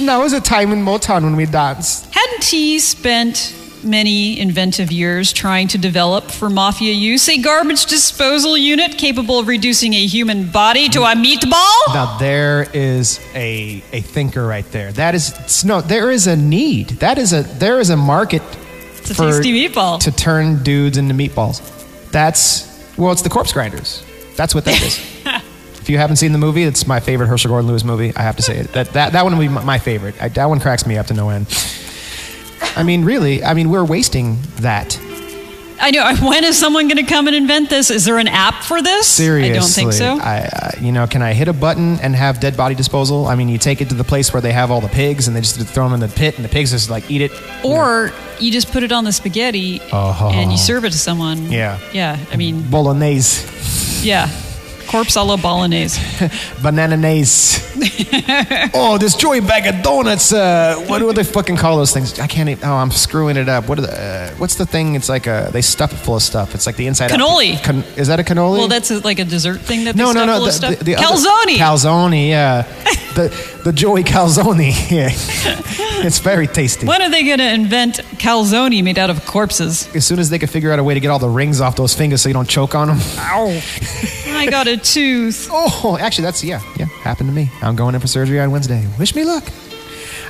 B: now is a time in Motown when we dance.
C: Hadn't he spent many inventive years trying to develop for mafia use a garbage disposal unit capable of reducing a human body to a meatball?
B: Now there is a a thinker right there. That is it's- no. There is a need. That is a there is a market
C: a tasty meatball.
B: to turn dudes into meatballs. That's well, it's the corpse grinders. That's what that
C: <laughs>
B: is. if you haven't seen the movie, it's my favorite Herschel Gordon Lewis movie. I have to say it. That that that one would be my- my favorite. I, that one cracks me up to no end. I mean, really. I mean, we're wasting that.
C: I know. <laughs> When is someone going to come and invent this? Is there an app for this?
B: Seriously,
C: I don't think so.
B: I, I- you know, can I hit a button and have dead body disposal? I mean, you take it to the place where they have all the pigs, and they just throw them in the pit, and the pigs just like eat it.
C: Or you just put it on the spaghetti
B: Oh.
C: and you serve it to someone.
B: Yeah.
C: Yeah. I
B: <laughs>
C: mean,
B: Bolognese,
C: yeah. Corpse a la bolognese.
B: banana
C: <laughs>
B: oh, this joy bag of donuts. Uh, what do they fucking call those things? I can't. Even, oh, I'm screwing it up. What are the? Uh, what's the thing? It's like a they stuff it full of stuff. It's like the inside out-
C: Cannoli.
B: Can, is that a cannoli?
C: Well, that's a, like a dessert thing that they
B: no,
C: stuff
B: no, no.
C: full
B: The,
C: of stuff.
B: the- the other-
C: Calzone.
B: calzone. Yeah.
C: <laughs>
B: the the Joey calzone. <laughs> Yeah. it's very tasty.
C: when are they going to invent calzone made out of corpses?
B: as soon as they could figure out a way to get all the rings off those fingers so you don't choke on them.
C: I got a tooth.
B: Oh, actually, that's yeah, yeah, happened to me. I'm going in for surgery on Wednesday. Wish me luck.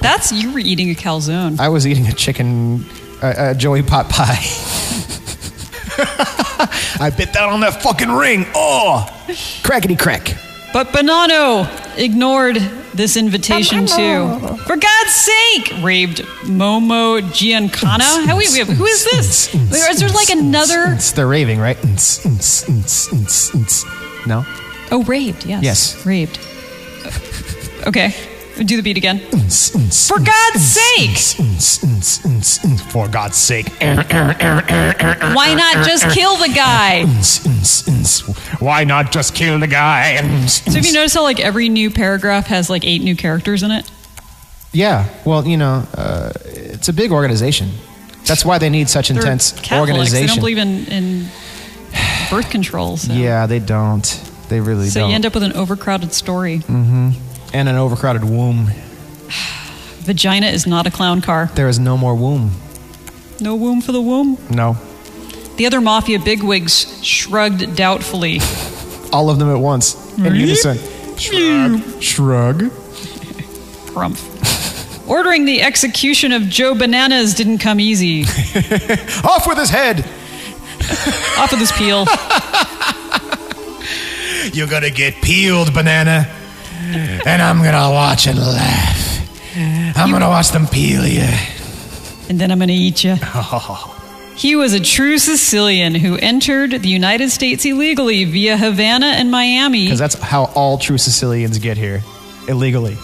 C: That's you were eating a calzone.
B: I was eating a chicken, uh, uh, Joey pot pie. <laughs> I bit that on that fucking ring. Oh, crackety crack.
C: But Bonanno ignored this invitation too. For God's sake, raved Momo Giancana. How we, we have, who is this? Is there like another?
B: They're raving, right? Ns, ns, ns, ns, ns. No.
C: Oh, raved. Yes.
B: Yes.
C: Raved. Okay. Do the beat again.
B: Ns, ns,
C: For
B: ns,
C: God's
B: ns,
C: sake!
B: ns, ns, ns, ns, ns. For God's sake.
C: Why not just kill the guy?
B: Ns, ns, ns. Why not just kill the guy? Ns,
C: So have
B: ns.
C: you noticed how like every new paragraph has like eight new characters in it?
B: Yeah, well, you know, uh, it's a big organization. That's why they need such
C: They're
B: intense
C: Catholics. They
B: organization.
C: don't believe in, in birth control. So,
B: Yeah, they don't. They really
C: so
B: don't. Mm-hmm.
C: you end up with an overcrowded story.
B: and an overcrowded womb.
C: Vagina is not a clown car.
B: There is no more womb.
C: No womb for the womb.
B: No.
C: The other mafia bigwigs shrugged doubtfully.
B: All of them at once. In unison. <laughs> Shrug. Shrug.
C: Crumph. Ordering the execution of Joe Bananas didn't come
B: <laughs>
C: easy.
B: Off with his head.
C: Off of this peel.
D: You're gonna get peeled, banana. And I'm gonna watch and laugh. I'm gonna watch them peel you. <laughs>
C: and then I'm going to eat you. He was a true Sicilian who entered the United States illegally via Havana and Miami
B: Because that's how all true Sicilians get here illegally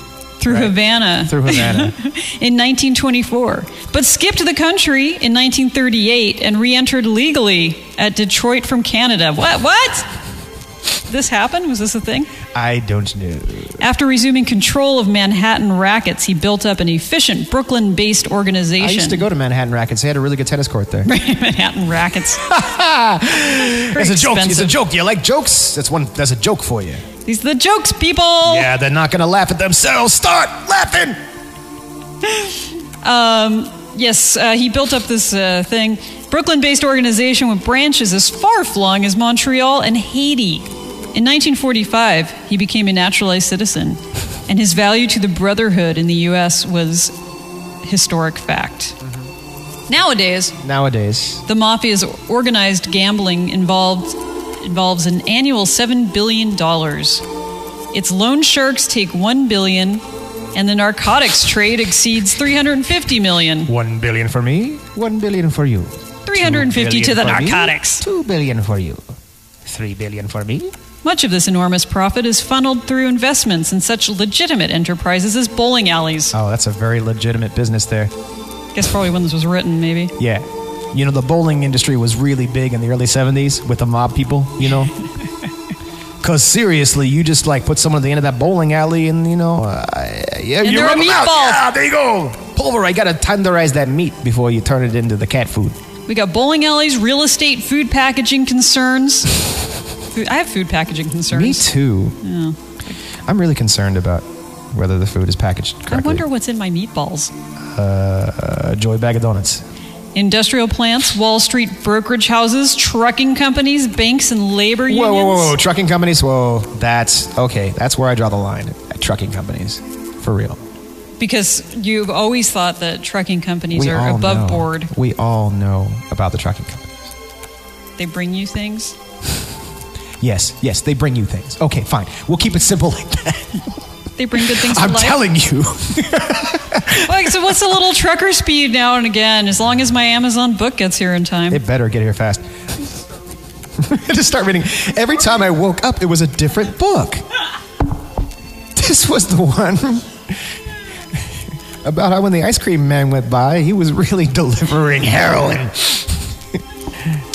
C: through Havana
B: through Havana.
C: <laughs> in 1924, but skipped the country in 1938 and re entered legally at Detroit from Canada. What? What? This happened? Was this a thing?
B: I don't know.
C: After resuming control of Manhattan rackets, he built up an efficient Brooklyn based organization.
B: I used to go to Manhattan Rackets. They had a really good tennis court there.
C: <laughs> Manhattan rackets.
B: <laughs> It's a joke. It's a
C: expensive.
B: joke. Do You like jokes? That's one. That's a joke for you.
C: These are the jokes, people.
B: Yeah, they're not gonna laugh at themselves. Start laughing.
C: Yes, uh, he built up this uh, thing. Brooklyn based organization with branches as far flung as Montreal and Haiti. In 1945, he became a naturalized citizen, and his value to the brotherhood in the U.S. was historic fact. Nowadays,
B: Nowadays,
C: the mafia's organized gambling involved, involves an annual $7 billion. Its loan sharks take $1 billion, and the narcotics trade exceeds $350 million.
B: one billion for me, one billion for you,
C: 350 to the
B: for me.
C: narcotics.
E: Two billion for you. Three billion for me.
C: Much of this enormous profit is funneled through investments in such legitimate enterprises as bowling alleys.
B: Oh, that's a very legitimate business there. Oh.
C: Guess probably when this was written, maybe.
B: Yeah. You know, the bowling industry was really big in the early 70s with the mob people, you
C: <laughs>
B: know? Because seriously, you just like put someone at the end of that bowling alley and, you know, uh, yeah, you
C: they're a
B: rub 'em out.
C: meatball.
B: Yeah, there you go. Pulverize, got to tenderize that meat before you turn it into the cat food.
C: We got bowling alleys, real estate, food packaging
B: <laughs>
C: concerns. food, I have food packaging concerns.
B: Me too. I'm really concerned about whether the food is packaged
C: I
B: correctly.
C: wonder what's in my meatballs.
B: Uh, joy bag of donuts.
C: Industrial plants, Wall Street brokerage houses, trucking companies, banks, and labor
B: Whoa,
C: unions.
B: whoa, whoa, whoa. Trucking companies, whoa. That's okay. That's where I draw the line at trucking companies. For real.
C: Because you've always thought that trucking companies
B: we
C: are
B: all
C: above
B: know-
C: board.
B: We all know about the trucking companies.
C: They bring you things.
B: Yes, yes, they bring you things. Okay, fine. We'll keep it simple like that.
C: They bring good things to
B: I'm
C: life.
B: telling you.
C: Like, so what's a little trucker speed now and again? As long as my Amazon book gets here in time.
B: It better get here fast. <laughs> Just start reading. Every time I woke up, it was a different book. This was the one <laughs> about how when the ice cream man went by, he was really <laughs> delivering heroin.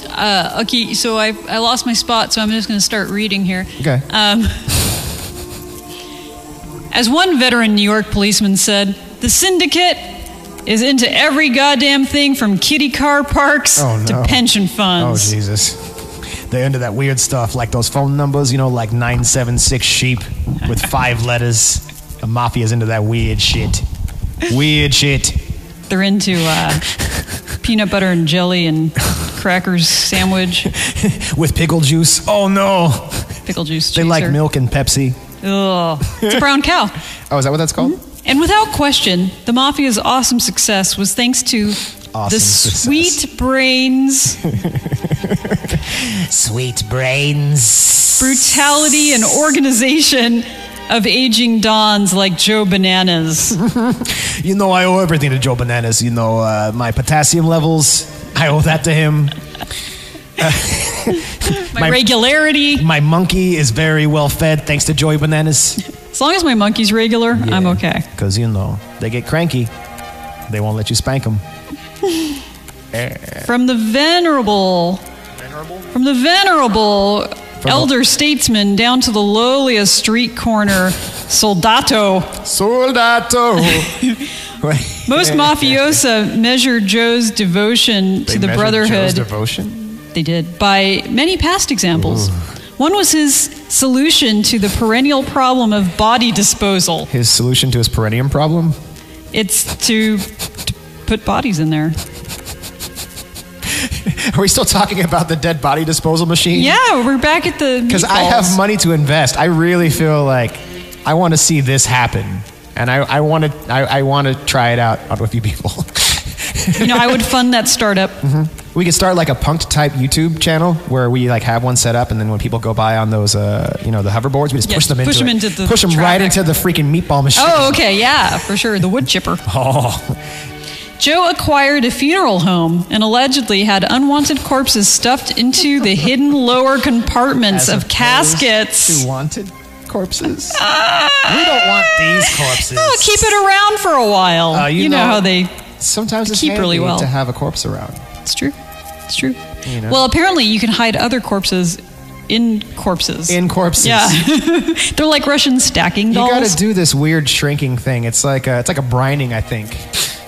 C: Uh, okay, so I, I lost my spot, so I'm just going to start reading here.
B: Okay.
C: Um, as one veteran New York policeman said, the syndicate is into every goddamn thing from kitty car parks
B: Oh, no.
C: to pension
B: Oh,
C: funds.
B: Jesus. They're into that weird stuff, like those phone numbers, you know, like 976 sheep with five letters. The mafia's into that weird shit. Weird shit. <laughs>
C: They're into uh, peanut butter and jelly and crackers sandwich,
B: With pickle juice. Oh, no.
C: pickle juice.
B: They like
C: chaser.
B: milk and Pepsi.
C: Ugh. It's a
B: <laughs>
C: brown cow.
B: Oh, is that what that's called?
C: And without question, the mafia's awesome success was thanks to
B: Awesome
C: the
B: success.
C: sweet brains,
E: Sweet brains.
C: brutality, and organization of aging dons like Joe Bananas.
B: You know, I owe everything to Joe Bananas. You know, uh, my potassium levels, I owe that to him.
C: My,
B: My-
C: regularity.
B: My monkey is very well fed thanks to Joey Bananas.
C: As long as my monkey's regular, I'm okay.
B: Because, you know, they get cranky, they won't let you spank them.
C: From the venerable. From the venerable elder statesman down to the lowliest street corner soldato.
B: <laughs> Soldato.
C: Most mafiosa measure Joe's devotion to the brotherhood
B: devotion.
C: They did, by many past examples. One was his solution to the perennial problem of body disposal.
B: His solution to his perennium problem?
C: It's to, to put bodies in there.
B: Are we still talking about the dead body disposal machine?
C: Yeah, we're back at the.
B: Because I have money to invest. I really feel like I want to see this happen. And I, I want to I, I want to try it out on a few people.
C: You know, I
B: <laughs>
C: would fund that startup.
B: we could start like a punked type YouTube channel where we like have one set up, and then when people go by on those, uh, you know, the hoverboards, we just
C: Yeah,
B: push them into
C: push 'em
B: it.
C: into the
B: push them right
C: traffic.
B: into the freaking meatball machine.
C: Oh,
B: <laughs>
C: okay, yeah, for sure. The wood chipper.
B: Oh.
C: Joe acquired a funeral home and allegedly had unwanted corpses stuffed
B: <laughs>
C: into the hidden lower compartments of caskets.
B: To wanted
C: <laughs>
B: corpses.
D: We don't want these corpses.
C: Oh, keep it around for a while.
B: Uh,
C: you,
B: you
C: know,
B: know-
C: how they.
B: Sometimes it's
C: Keep really
B: handy
C: well.
B: to have a corpse around.
C: It's true. It's true.
B: know.
C: Well, apparently you can hide other corpses in corpses.
B: In corpses.
C: yeah, <laughs> they're like Russian stacking
B: You
C: dolls.
B: got to do this weird shrinking thing. It's like a, it's like a brining, I think.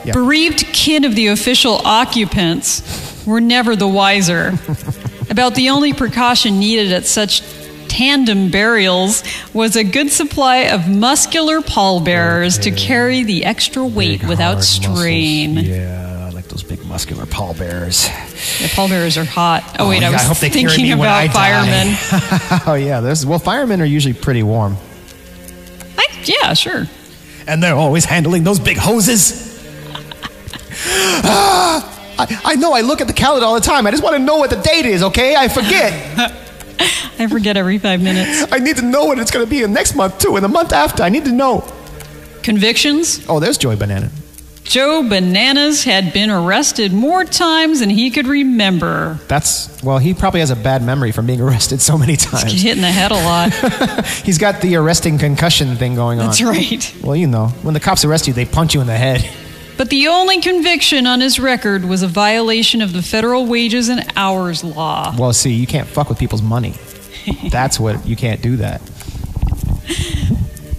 B: Yeah.
C: bereaved kin of the official occupants were never the wiser.
B: <laughs>
C: About the only precaution needed at such tandem burials was a good supply of muscular pallbearers to carry the extra weight without strain.
B: Yeah, I like those big muscular pallbearers.
C: The pallbearers are hot. Oh, wait,
B: yeah,
C: I was
B: I hope they carry
C: thinking
B: me when I
C: about
B: die. <laughs>
C: firemen.
B: oh yeah, there's well, firemen are usually pretty warm.
C: I, yeah, sure.
D: And they're always handling those big
B: <sighs>
D: hoses.
B: Ah, I, I know. I look at the calendar all the time. I just want to know what the date is. Okay, I forget.
C: I forget every five minutes.
B: I need to know what it's going to be in next month too, and the month after. I need to know.
C: Convictions?
B: Oh, there's Joey Banana.
C: Joe Bananas had been arrested more times than he could remember.
B: That's well, he probably has a bad memory from being <laughs> arrested so many
C: Get
B: times.
C: hit in the head a lot.
B: <laughs> He's got the arresting concussion thing going on.
C: That's right.
B: Well, you know, when the cops arrest you, they punch you in the head.
C: But the only conviction on his record was a violation of the federal wages and hours law.
B: Well, see, you can't fuck with people's
C: <laughs>
B: money. That's what you can't do that.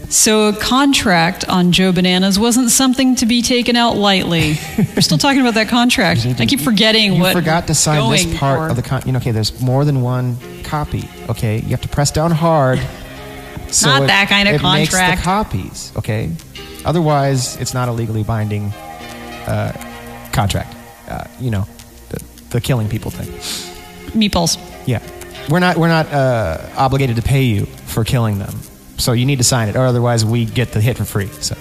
C: So a contract on Joe Bananas wasn't something to be taken out lightly. We're still talking about that contract. I keep forgetting
B: You
C: what
B: forgot to sign
C: we're
B: this
C: going
B: part
C: for.
B: of the con. You know, okay, there's more than one copy. Okay, you have to press down
C: <laughs>
B: hard. So
C: Not that kind of
B: it Makes
C: contract.
B: the copies. Okay, otherwise it's not a legally binding uh, contract. Uh, you know, the, the killing people thing.
C: meatballs.
B: Yeah, we're not we're not uh, obligated to pay you for killing them. So you need to sign it, or otherwise we get the hit for free. So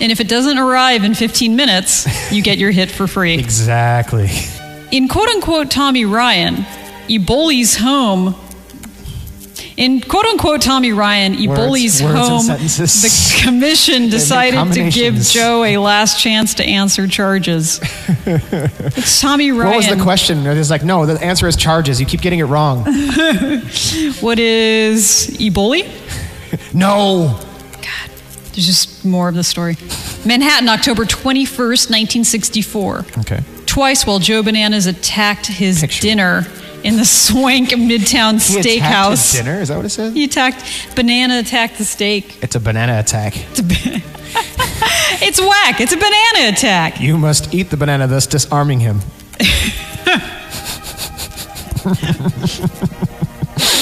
C: And if it doesn't arrive in 15 minutes, you get your hit for free.
B: exactly.
C: In quote unquote Tommy Ryan, Eboli's home. In quote unquote Tommy Ryan,
B: words
C: Eboli's
B: and
C: home,
B: sentences. <laughs>
C: the commission decided to give
B: combinations.
C: Joe a last chance to
B: <laughs>
C: answer charges. it's Tommy Ryan.
B: What was the question? It was like, no, the answer is charges. You keep getting it wrong.
C: <laughs> What is Eboli?
D: No.
C: There's just more of the story. Manhattan, October 21st, 1964.
B: Okay.
C: Twice while Joe Bananas attacked his
B: Picture.
C: dinner in the <laughs> swank Midtown Steakhouse.
B: dinner. Is that what it says?
C: He attacked banana attacked the steak.
B: It's a banana attack.
C: It's, a ba- it's whack. It's a banana attack.
B: You must eat the banana, thus disarming him.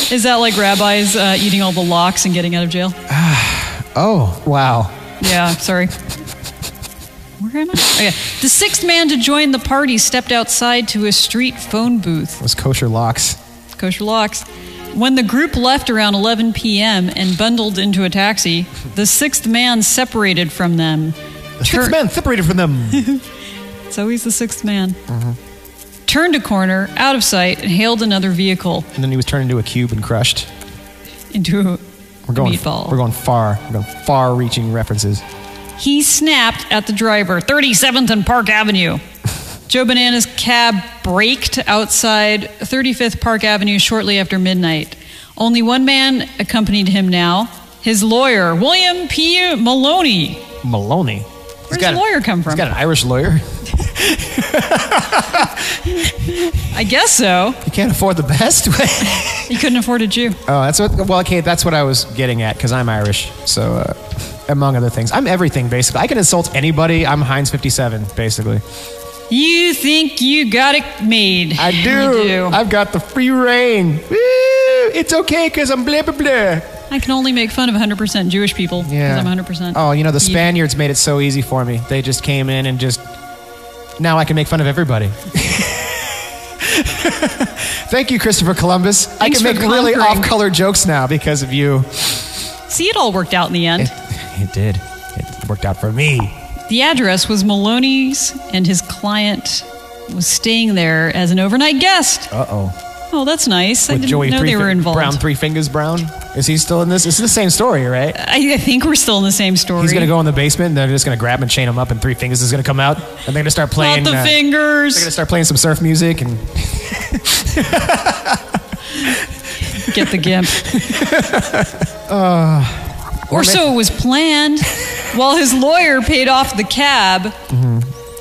C: Is that like rabbis uh, eating all the locks and getting out of jail?
B: Oh, wow.
C: Yeah, sorry. Where am I? Okay. The sixth man to join the party stepped outside to a street phone booth.
B: Those kosher locks.
C: Kosher locks. When the group left around 11 p.m. and bundled into a taxi, the sixth man separated from them.
B: Six
C: Tur-
B: men separated from them.
C: It's always the sixth man.
B: Mm-hmm.
C: Turned a corner, out of sight, and hailed another vehicle
B: and then he was turned into a cube and crushed.
C: into a
B: We're going.
C: meatball.
B: We're going far. We're going far-reaching references.
C: He snapped at the driver, 37th and Park Avenue. Joe Banana's cab braked outside 35th Park Avenue shortly after midnight. Only one man accompanied him now his lawyer, William P. Maloney.
B: Maloney.
C: Where's the lawyer come
B: He's
C: from?
B: got an Irish lawyer.
C: I guess so.
B: He can't afford the best. <laughs> oh,
C: He couldn't afford a Jew.
B: that's what. Well, okay, that's what I was getting at because I'm Irish. So, uh, among other things, I'm everything basically. I can insult anybody. I'm Heinz 57 basically.
C: You think you got it made.
B: I do.
C: <laughs> You do. I,
B: I've got the free reign. Woo! It's okay because I'm blah, blah, blah.
C: can only make fun of 100% Jewish people. 'cause
B: Yeah.
C: I'm 100%.
B: Oh, you know, the
C: Jew.
B: Spaniards made it so easy for me. They just came in and just. Now I can make fun of everybody. <laughs> Thank you, Christopher Columbus. I
C: Thanks
B: can
C: for
B: make really
C: conquering.
B: off color jokes now because of you.
C: See, it all worked out in the end.
B: It did. It worked out for me.
C: The address was Maloney's, and his client was staying there as an overnight guest.
B: Uh oh.
C: Oh, that's nice. I
B: With
C: didn't
B: Joey
C: know
B: three
C: they were
B: Fin-
C: involved.
B: Brown, Three Fingers Brown. Is he still in this? It's the same story, right?
C: I, I think we're still in the same story.
B: He's gonna go in the basement, and they're just gonna grab him and chain him up, and Three Fingers is gonna come out, and they're gonna start
C: Not
B: playing.
C: the
B: uh, they're gonna
C: fingers.
B: start playing some surf music, and
C: Get the
B: <laughs>
C: gimp. or so it was planned. While his lawyer paid off the cab,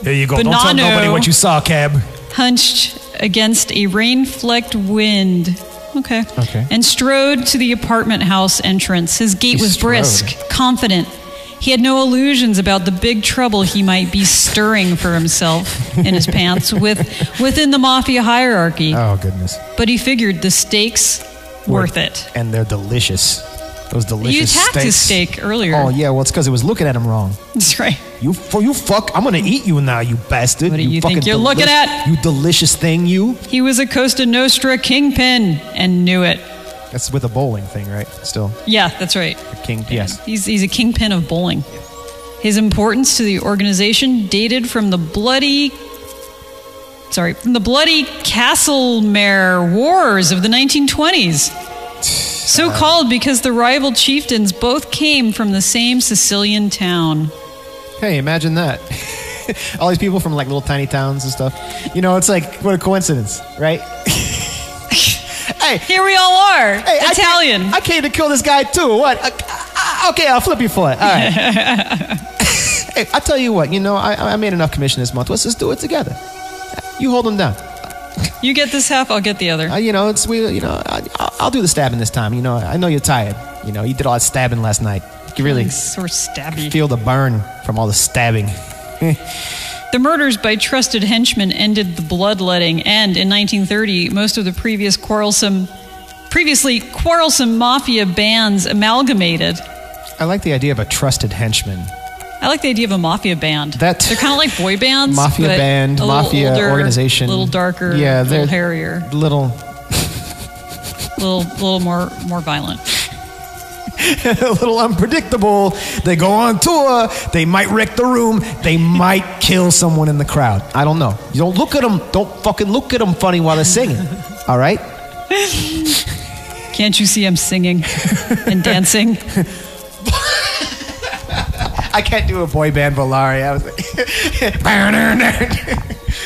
D: There you go. Don't tell
C: Bonanno.
D: nobody what you saw, Cab.
C: hunched against a rain flecked wind. Okay.
B: Okay.
C: And strode to the apartment house entrance. His gait
B: He
C: was brisk, confident. He had no illusions about the big trouble he might be stirring for himself in
B: <laughs>
C: his pants with within the mafia hierarchy.
B: oh goodness,
C: But he figured the stakes worth it.
B: And they're delicious. Those delicious.
C: You attacked
B: steaks.
C: his steak earlier.
B: Oh yeah, well it's because it was looking at him wrong.
C: <laughs> That's right.
B: You for you fuck, I'm gonna eat you now, you bastard.
C: What do you think
B: fucking
C: you're looking at?
B: You delicious thing, you.
C: He was a Costa Nostra kingpin and knew it.
B: That's with a bowling thing, right? Still,
C: Yeah, that's right.
B: King. Yes.
C: He's, he's a kingpin of bowling. His importance to the organization dated from the bloody, sorry, from the bloody Castlemare Wars of the 1920s. So called because the rival chieftains both came from the same Sicilian town.
B: Hey, imagine that. <laughs> All these people from like little tiny towns and stuff. You know, it's like what a coincidence, right? <laughs> hey,
C: Here we all are,
B: Hey, I
C: Italian.
B: came- I came, to kill this guy too. What? Uh, uh, okay, I'll flip you for it. All right. <laughs> hey, I tell you what. You know, I, I made enough commission this month. Let's just do it together. You hold him down.
C: you get this half, I'll get the other.
B: Uh, you know, it's we. You know, I, I'll- I'll do the stabbing this time. You know, I know you're tired. You know, you did all that stabbing last night. You really
C: Sort of stabby.
B: feel the burn from all the stabbing.
C: The murders by trusted henchmen ended the bloodletting, and in 1930, most of the previous quarrelsome, previously quarrelsome mafia bands amalgamated.
B: I like the idea of a trusted henchman,
C: I like the idea of a mafia band.
B: That-
C: they're kind of like boy bands,
B: mafia
C: but
B: band,
C: a little
B: mafia
C: older,
B: organization,
C: a little darker,
B: yeah,
C: a
B: they're-
C: little hairier,
B: little, <laughs>
C: a little, little more, more violent.
B: a little unpredictable. They go on tour. They might wreck the room. They might kill someone in the crowd. I don't know. You don't look at them. Don't fucking look at them funny while they're singing.
C: <laughs>
B: All right.
C: Can't you see I'm singing
B: <laughs>
C: and dancing?
B: I can't do a boy band Volare. I was like,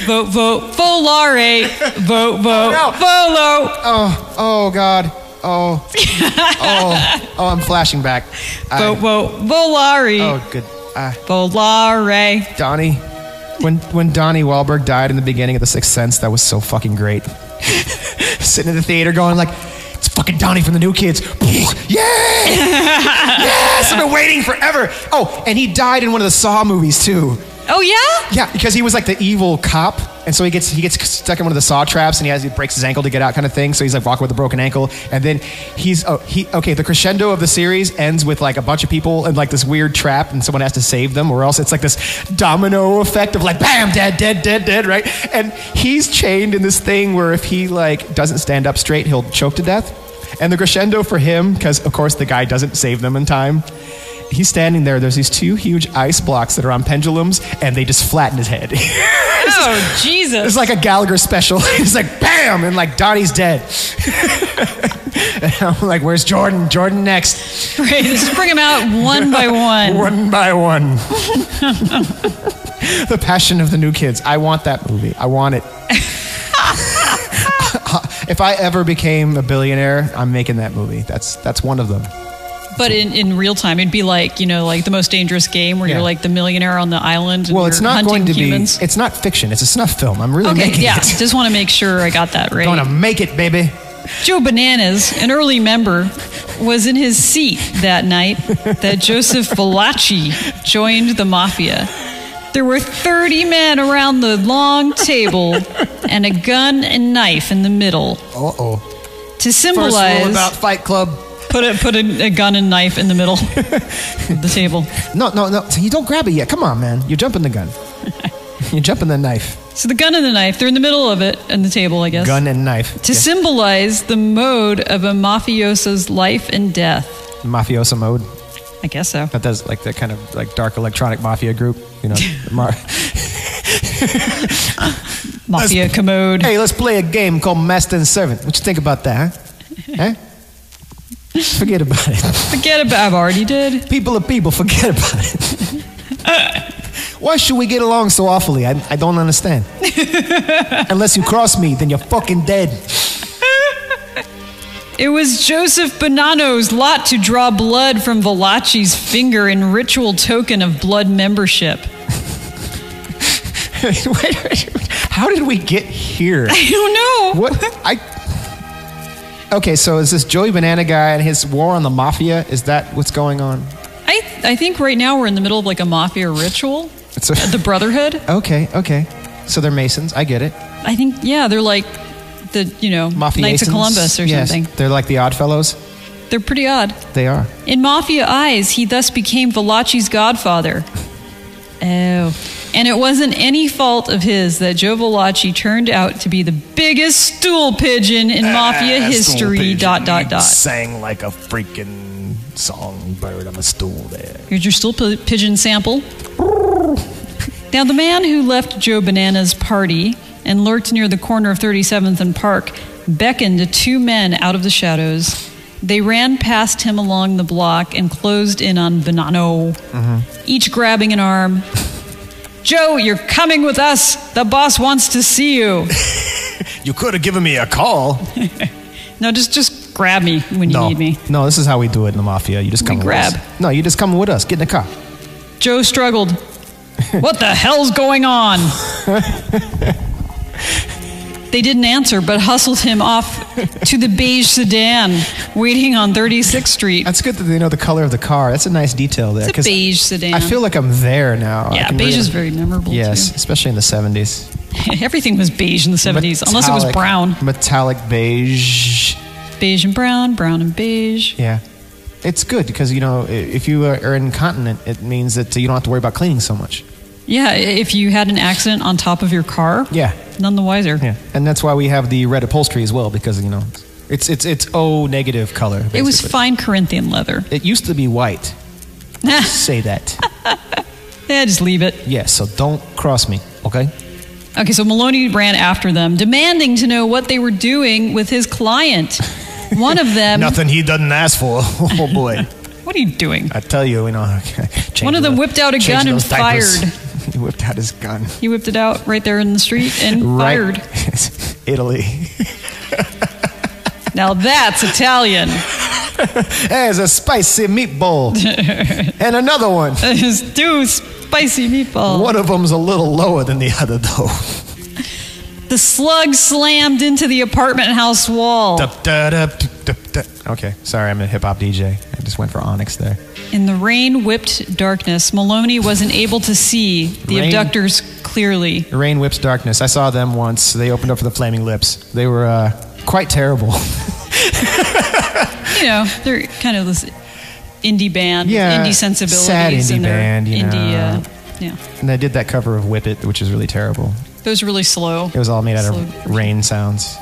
C: Vote, vote, volare, vote,
B: <laughs>
C: vote,
B: no.
C: volo,
B: oh, oh God,
C: <laughs>
B: oh, oh, oh, I'm flashing back. I-
C: vote, vote, volare,
B: oh, good. Uh,
C: volare.
B: Donnie, when when Donnie Wahlberg died in the beginning of The Sixth Sense, that was so fucking great. <laughs> Sitting in the theater, going like, "It's fucking Donnie from the New Kids." yeah, yes, I've been waiting forever. Oh, and he died in one of the Saw movies too.
C: Oh yeah?
B: Yeah, because he was like the evil cop, and so he gets he gets stuck in one of the saw traps, and he has he breaks his ankle to get out, kind of thing. So he's like walking with a broken ankle, and then he's oh he okay. The crescendo of the series ends with like a bunch of people in like this weird trap, and someone has to save them, or else it's like this domino effect of like bam, dead, dead, dead, dead, right? And he's chained in this thing where if he like doesn't stand up straight, he'll choke to death. And the crescendo for him, because of course the guy doesn't save them in time. He's standing there. There's these two huge ice blocks that are on pendulums, and they just flatten his head. <laughs>
C: Oh
B: it's
C: Jesus.
B: like a Gallagher special. <laughs> He's like, bam, and like Donnie's dead. <laughs> and I'm like, where's Jordan? Jordan next,
C: Great. Just bring them out
B: <laughs>
C: one by one.
B: one by one. <laughs> the Passion of the New Kids. I want that movie. I want it. <laughs> if I ever became a billionaire, I'm making that movie. That's that's one of them.
C: But in, in real time it'd be like, you know, like the most dangerous game where
B: Yeah.
C: you're like the millionaire on the island. And
B: Well, it's
C: you're
B: not
C: hunting
B: going to
C: humans.
B: be. It's not fiction. It's a snuff film. I'm really
C: Okay,
B: making
C: yeah.
B: it.
C: Just want to make sure I got that right.
B: Gonna make it, baby.
C: Joe Bananas, an early member, was in his
B: <laughs>
C: seat that night that Joseph Valachi joined the mafia. There were 30 men around the long table
B: <laughs>
C: and a gun and knife in the middle.
B: Uh oh.
C: To
B: First rule
C: symbolize,
B: about Fight Club.
C: put, a, put a, a gun and knife in the middle of the table.
B: No, no, no. You don't grab it yet. Come on, man. You're jumping the
C: <laughs>
B: gun. You're jumping the knife.
C: So the gun and the knife, they're in the middle of it and the table, I guess.
B: Gun and knife.
C: to
B: Yes.
C: symbolize the mode of a mafioso's life and death.
B: Mafioso mode.
C: I guess so.
B: That does like that kind of like dark electronic mafia group.
C: <laughs>
B: You know. the mar-
C: Mafia commode.
B: hey, let's play a game called Master and Servant. What you think about that? Huh? huh? Forget about it.
C: Forget about I've already did.
B: People are people. Forget about it.
C: <laughs>
B: Why should we get along so awfully? I, I don't understand. Unless you cross me, then you're fucking dead. <laughs>
C: It was Joseph Bonanno's lot to draw blood from Valachi's finger in ritual token of blood membership. <laughs>
B: Wait, wait, wait. How did we get here?
C: I don't know.
B: What I? Okay, so is this Joey Banana guy and his war on the mafia? Is that what's going on?
C: I, I think right now we're in the middle of like a mafia ritual.
B: It's a-
C: the Brotherhood.
B: Okay, okay. So they're Masons. I get it.
C: I think, yeah, they're like the, you know,
B: Mafia.
C: Knights of Columbus or
B: yes,
C: something.
B: They're like the Odd Fellows.
C: They're pretty odd.
B: They are.
C: In mafia eyes, he thus became Valachi's godfather. Oh. And it wasn't any fault of his that Joe Valachi turned out to be the biggest stool pigeon in mafia
D: Ah, stool
C: history.
D: pigeon.
C: Dot dot
D: You
C: dot.
D: Sang like a freaking songbird on a stool there.
C: Here's your stool p- pigeon sample. Now, the man who left Joe Banana's party and lurked near the corner of 37th and Park beckoned to two men out of the shadows. They ran past him along the block and closed in on Bonanno, each grabbing an arm. Joe, you're coming with us. The boss wants to see you.
D: You could have given me a call.
C: No, just just grab me when you
B: No,
C: need me.
B: no. This is how we do it in the mafia. You just
C: We
B: come
C: grab.
B: With us. No, you just come with us. Get in the car.
C: Joe struggled. What the hell's going on? they didn't answer, but hustled him off to the beige sedan waiting on 36th Street.
B: That's good that they know the color of the car. That's a nice detail there.
C: It's a
B: 'cause
C: beige sedan.
B: I feel like I'm there now. I
C: yeah,
B: can
C: beige
B: really-
C: is very memorable.
B: Yes, especially in the seventies.
C: Too. <laughs> Everything was beige in the 70s, unless it was
B: Metallic-
C: brown.
B: Metallic beige.
C: Beige and brown, brown and beige.
B: Yeah. It's good because, you know, i- if you are incontinent, it means that you don't have to worry about cleaning so much.
C: Yeah, i- if you had an accident on top of your car,
B: Yeah.
C: none the wiser.
B: And that's why we have the red upholstery as well because, you know, it's it's it's O negative color.
C: It was
B: basically.
C: fine Corinthian leather.
B: It used to be
C: <laughs>
B: white.
C: yeah,
B: Say that.
C: just leave it.
B: yes, so don't cross me, okay?
C: Okay, so Maloney ran after them, demanding to know what they were doing with his client. One of
B: <laughs>
C: them,
D: Nothing he doesn't ask for. Oh boy,
C: what are you doing?
B: I tell you, you know. <laughs> change
C: One of them
B: those-
C: whipped out a
B: change
C: gun and
B: those diapers. <laughs>
C: fired.
B: he whipped out his gun.
C: He whipped it out right there in the street and fired.
B: Right. <laughs> Italy.
C: Now that's Italian. <laughs>
B: There's a spicy meatball. and another one.
C: It's two spicy meatballs.
B: One of them's a little lower than the other,
C: <laughs>
B: though.
C: The slug slammed into the apartment house wall.
D: Dup, da, dup, dup, dup, dup.
B: Okay, sorry, I'm a hip hop DJ. I just went for Onyx there.
C: In the rain whipped darkness, Maloney wasn't able to see the
B: Rain.
C: abductors clearly.
B: Rain whips darkness. I saw them once. They opened up for the Flaming Lips. They were uh, quite terrible. <laughs>
C: you know, they're kind of this indie band, with
B: Yeah,
C: indie sensibilities,
B: sad indie
C: and their
B: band, you
C: indie,
B: know.
C: uh, yeah.
B: and they did that cover of Whip It, which is really terrible.
C: Those are really slow.
B: It was all made out of
C: Slow.
B: rain sounds.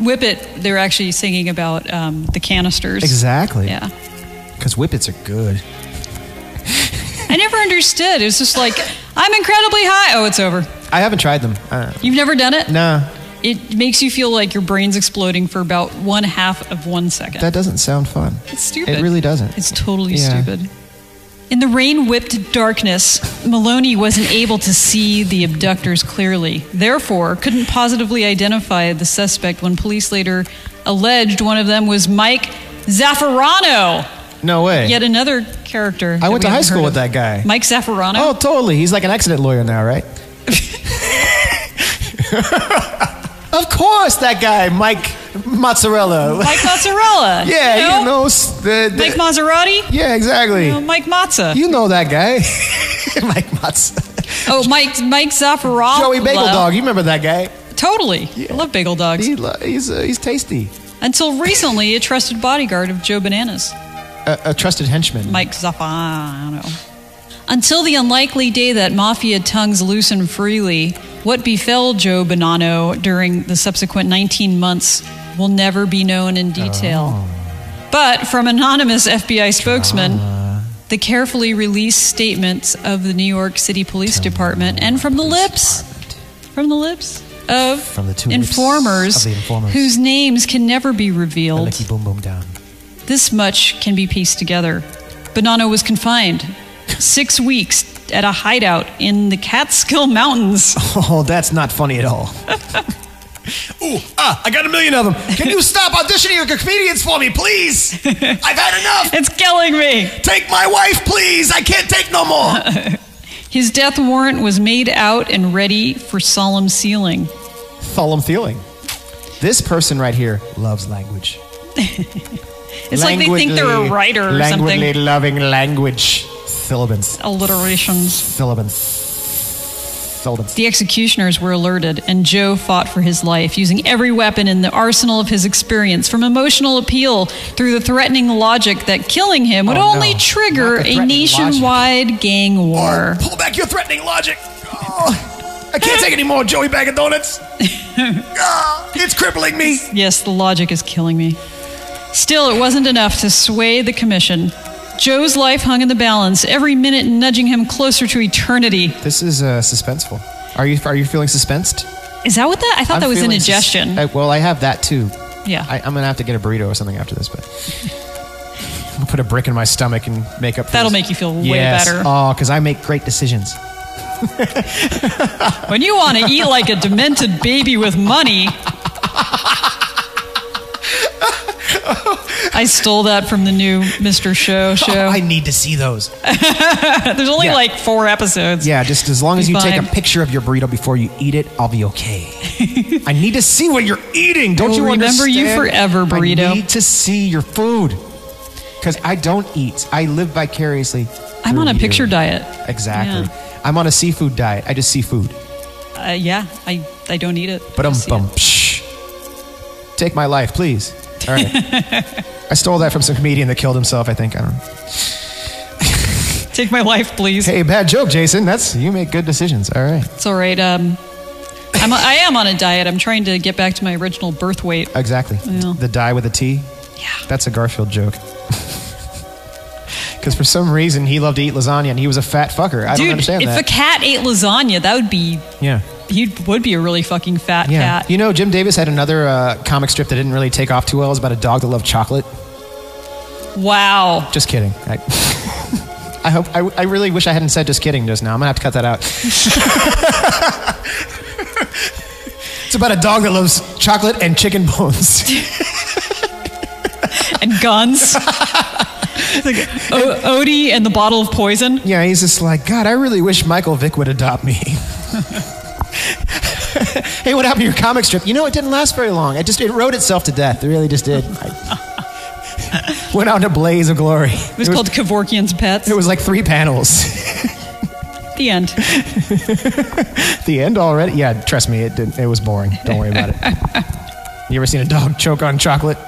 C: Whip It. They're actually singing about um, the canisters.
B: Exactly.
C: Yeah.
B: Because Whippets are good.
C: I never understood. It was just like I'm incredibly high. Oh, it's over.
B: I haven't tried them. Uh,
C: You've never done it.
B: nah,
C: It makes you feel like your brain's exploding for about one half of one second.
B: that doesn't sound fun.
C: It's stupid.
B: It really doesn't.
C: It's totally
B: Yeah.
C: stupid. In the rain whipped darkness, Maloney wasn't able to see the abductors clearly, therefore, couldn't positively identify the suspect when police later alleged one of them was Mike Zaffarano,
B: no way.
C: yet another character. that
B: went
C: we
B: to high
C: haven't
B: school
C: heard
B: with
C: of.
B: that guy.
C: Mike Zaffarano?
B: oh, totally. He's like an accident lawyer now,
C: <laughs>
B: right? of course, that guy, Mike Mozzarella.
C: Mike Mozzarella.
B: <laughs> Yeah,
C: you know?
B: he knows the, the-
C: Mike Maserati?
B: yeah, exactly.
C: You know, Mike Mazza.
B: You know that guy. <laughs> Mike Mutz.
C: Oh, Mike Mike Zaffarov.
B: Joey Bagel Dog. You remember that guy?
C: Totally. I love bagel dogs.
B: He, lo- he's, uh, he's tasty.
C: Until recently, a trusted bodyguard of Joe Bananas,
B: A, a trusted henchman.
C: Mike Zaffano. Until the unlikely day that mafia tongues loosen freely, what befell Joe Bonanno during the subsequent 19 months will never be known in detail.
E: Oh.
C: But from anonymous FBI spokesman, the carefully released statements of the New York City Police Department, and from the lips, from the lips of,
E: From the two lips
C: informers,
E: of the informers.
C: whose names can never be
E: And
C: revealed,
E: Licky boom boom down.
C: this much can be pieced together. Bonanno was confined six weeks at a hideout in the Catskill Mountains.
B: <laughs>
C: <laughs>
B: Oh, that's not funny at all. <laughs> Ooh, ah, I got a million of them. Can you stop auditioning your comedians for me,
C: <laughs>
B: please? I've had enough.
C: It's killing me.
B: Take my wife, please. I can't take no
C: <laughs>
B: more.
C: His death warrant was made out and ready for solemn sealing.
B: Solemn feeling. This person right here loves language.
C: It's like they think they're a writer or
B: languidly
C: something.
B: loving language. Syllabans.
C: Alliterations.
B: Syllabans. Syllabans.
C: The executioners were alerted, and Joe fought for his life, using every weapon in the arsenal of his experience, from emotional appeal through the threatening logic that killing him would
B: Oh, no.
C: only
B: Not
C: trigger
B: the
C: a
B: threatening
C: nationwide gang war.
B: Pull back your threatening logic. Oh, I can't take any more Joey Bag of Donuts. Ah, it's crippling me.
C: Yes, the logic is killing me. Still, it wasn't enough to sway the commission. Joe's life hung in the balance, every minute nudging him closer to eternity.
B: This is uh, suspenseful. Are you are you feeling suspensed?
C: Is that what that? I thought
B: I'm
C: that was
B: feeling
C: indigestion.
B: sus- I- well, I have that too.
C: Yeah.
B: I, I'm gonna have to get a burrito or something after this, but I'm gonna put a brick in my stomach and make up. for
C: That'll
B: this.
C: make you feel way
B: Yes.
C: better.
B: Oh, because I make great decisions.
C: when
B: <laughs>
C: you want to eat like a demented baby with money. I stole that from the new Mr. Show show.
B: Oh, I need to see those.
C: There's only
B: yeah.
C: like four episodes.
B: Yeah, just as long as
C: Be
B: you take
C: fine.
B: a picture of your burrito before you eat it, I'll be okay.
C: <laughs>
B: I need to see what you're eating. Don't
C: will
B: you
C: remember you
B: understand?
C: forever, burrito.
B: I need to see your food because I don't eat. I live vicariously.
C: I'm on a
B: through you.
C: picture diet.
B: Exactly. I'm on a seafood diet. I just see food.
C: Uh, yeah, I, I don't eat it.
B: But um
C: Just eat
B: bum.
C: it.
B: psh. Take my life, please. All right.
C: <laughs>
B: I stole that from some comedian that killed himself. I think. I don't. know.
C: Take my life, please.
B: Hey, bad joke, Jason. That's you make good decisions. All right.
C: It's all right. Um, I'm, I am on a diet. I'm trying to get back to my original birth weight.
B: Exactly.
C: Yeah.
B: The die with a T.
C: Yeah.
B: That's a Garfield joke. <laughs> Because for some reason he loved to eat lasagna and he was a fat fucker. I don't
C: Dude,
B: understand
C: if
B: that.
C: a cat ate lasagna, that would be,
B: yeah.
C: he would be a really fucking fat
B: Yeah.
C: cat.
B: You know, Jim Davis had another uh, comic strip that didn't really take off too well. It was about a dog that loved chocolate.
C: Wow.
B: Just kidding. I, <laughs> I hope. I, I really wish I hadn't said just kidding just now. I'm gonna have to cut that
C: <laughs>
B: out. <laughs> it's about a dog that loves chocolate and chicken bones. <laughs>
C: And guns. o- Odie and the bottle of poison.
B: yeah, he's just like God. I really wish Michael Vick would adopt me. <laughs> hey, what happened to your comic strip? You know, it didn't last very long. It just it wrote itself to death. It really just did. <laughs> I- went out in a blaze of glory.
C: It was
B: it
C: called Kevorkian's Pets.
B: <laughs> it was like three panels. <laughs>
C: the end.
B: the end already? Yeah, trust me, it didn't, it was boring. Don't worry about it. you ever seen a dog choke on chocolate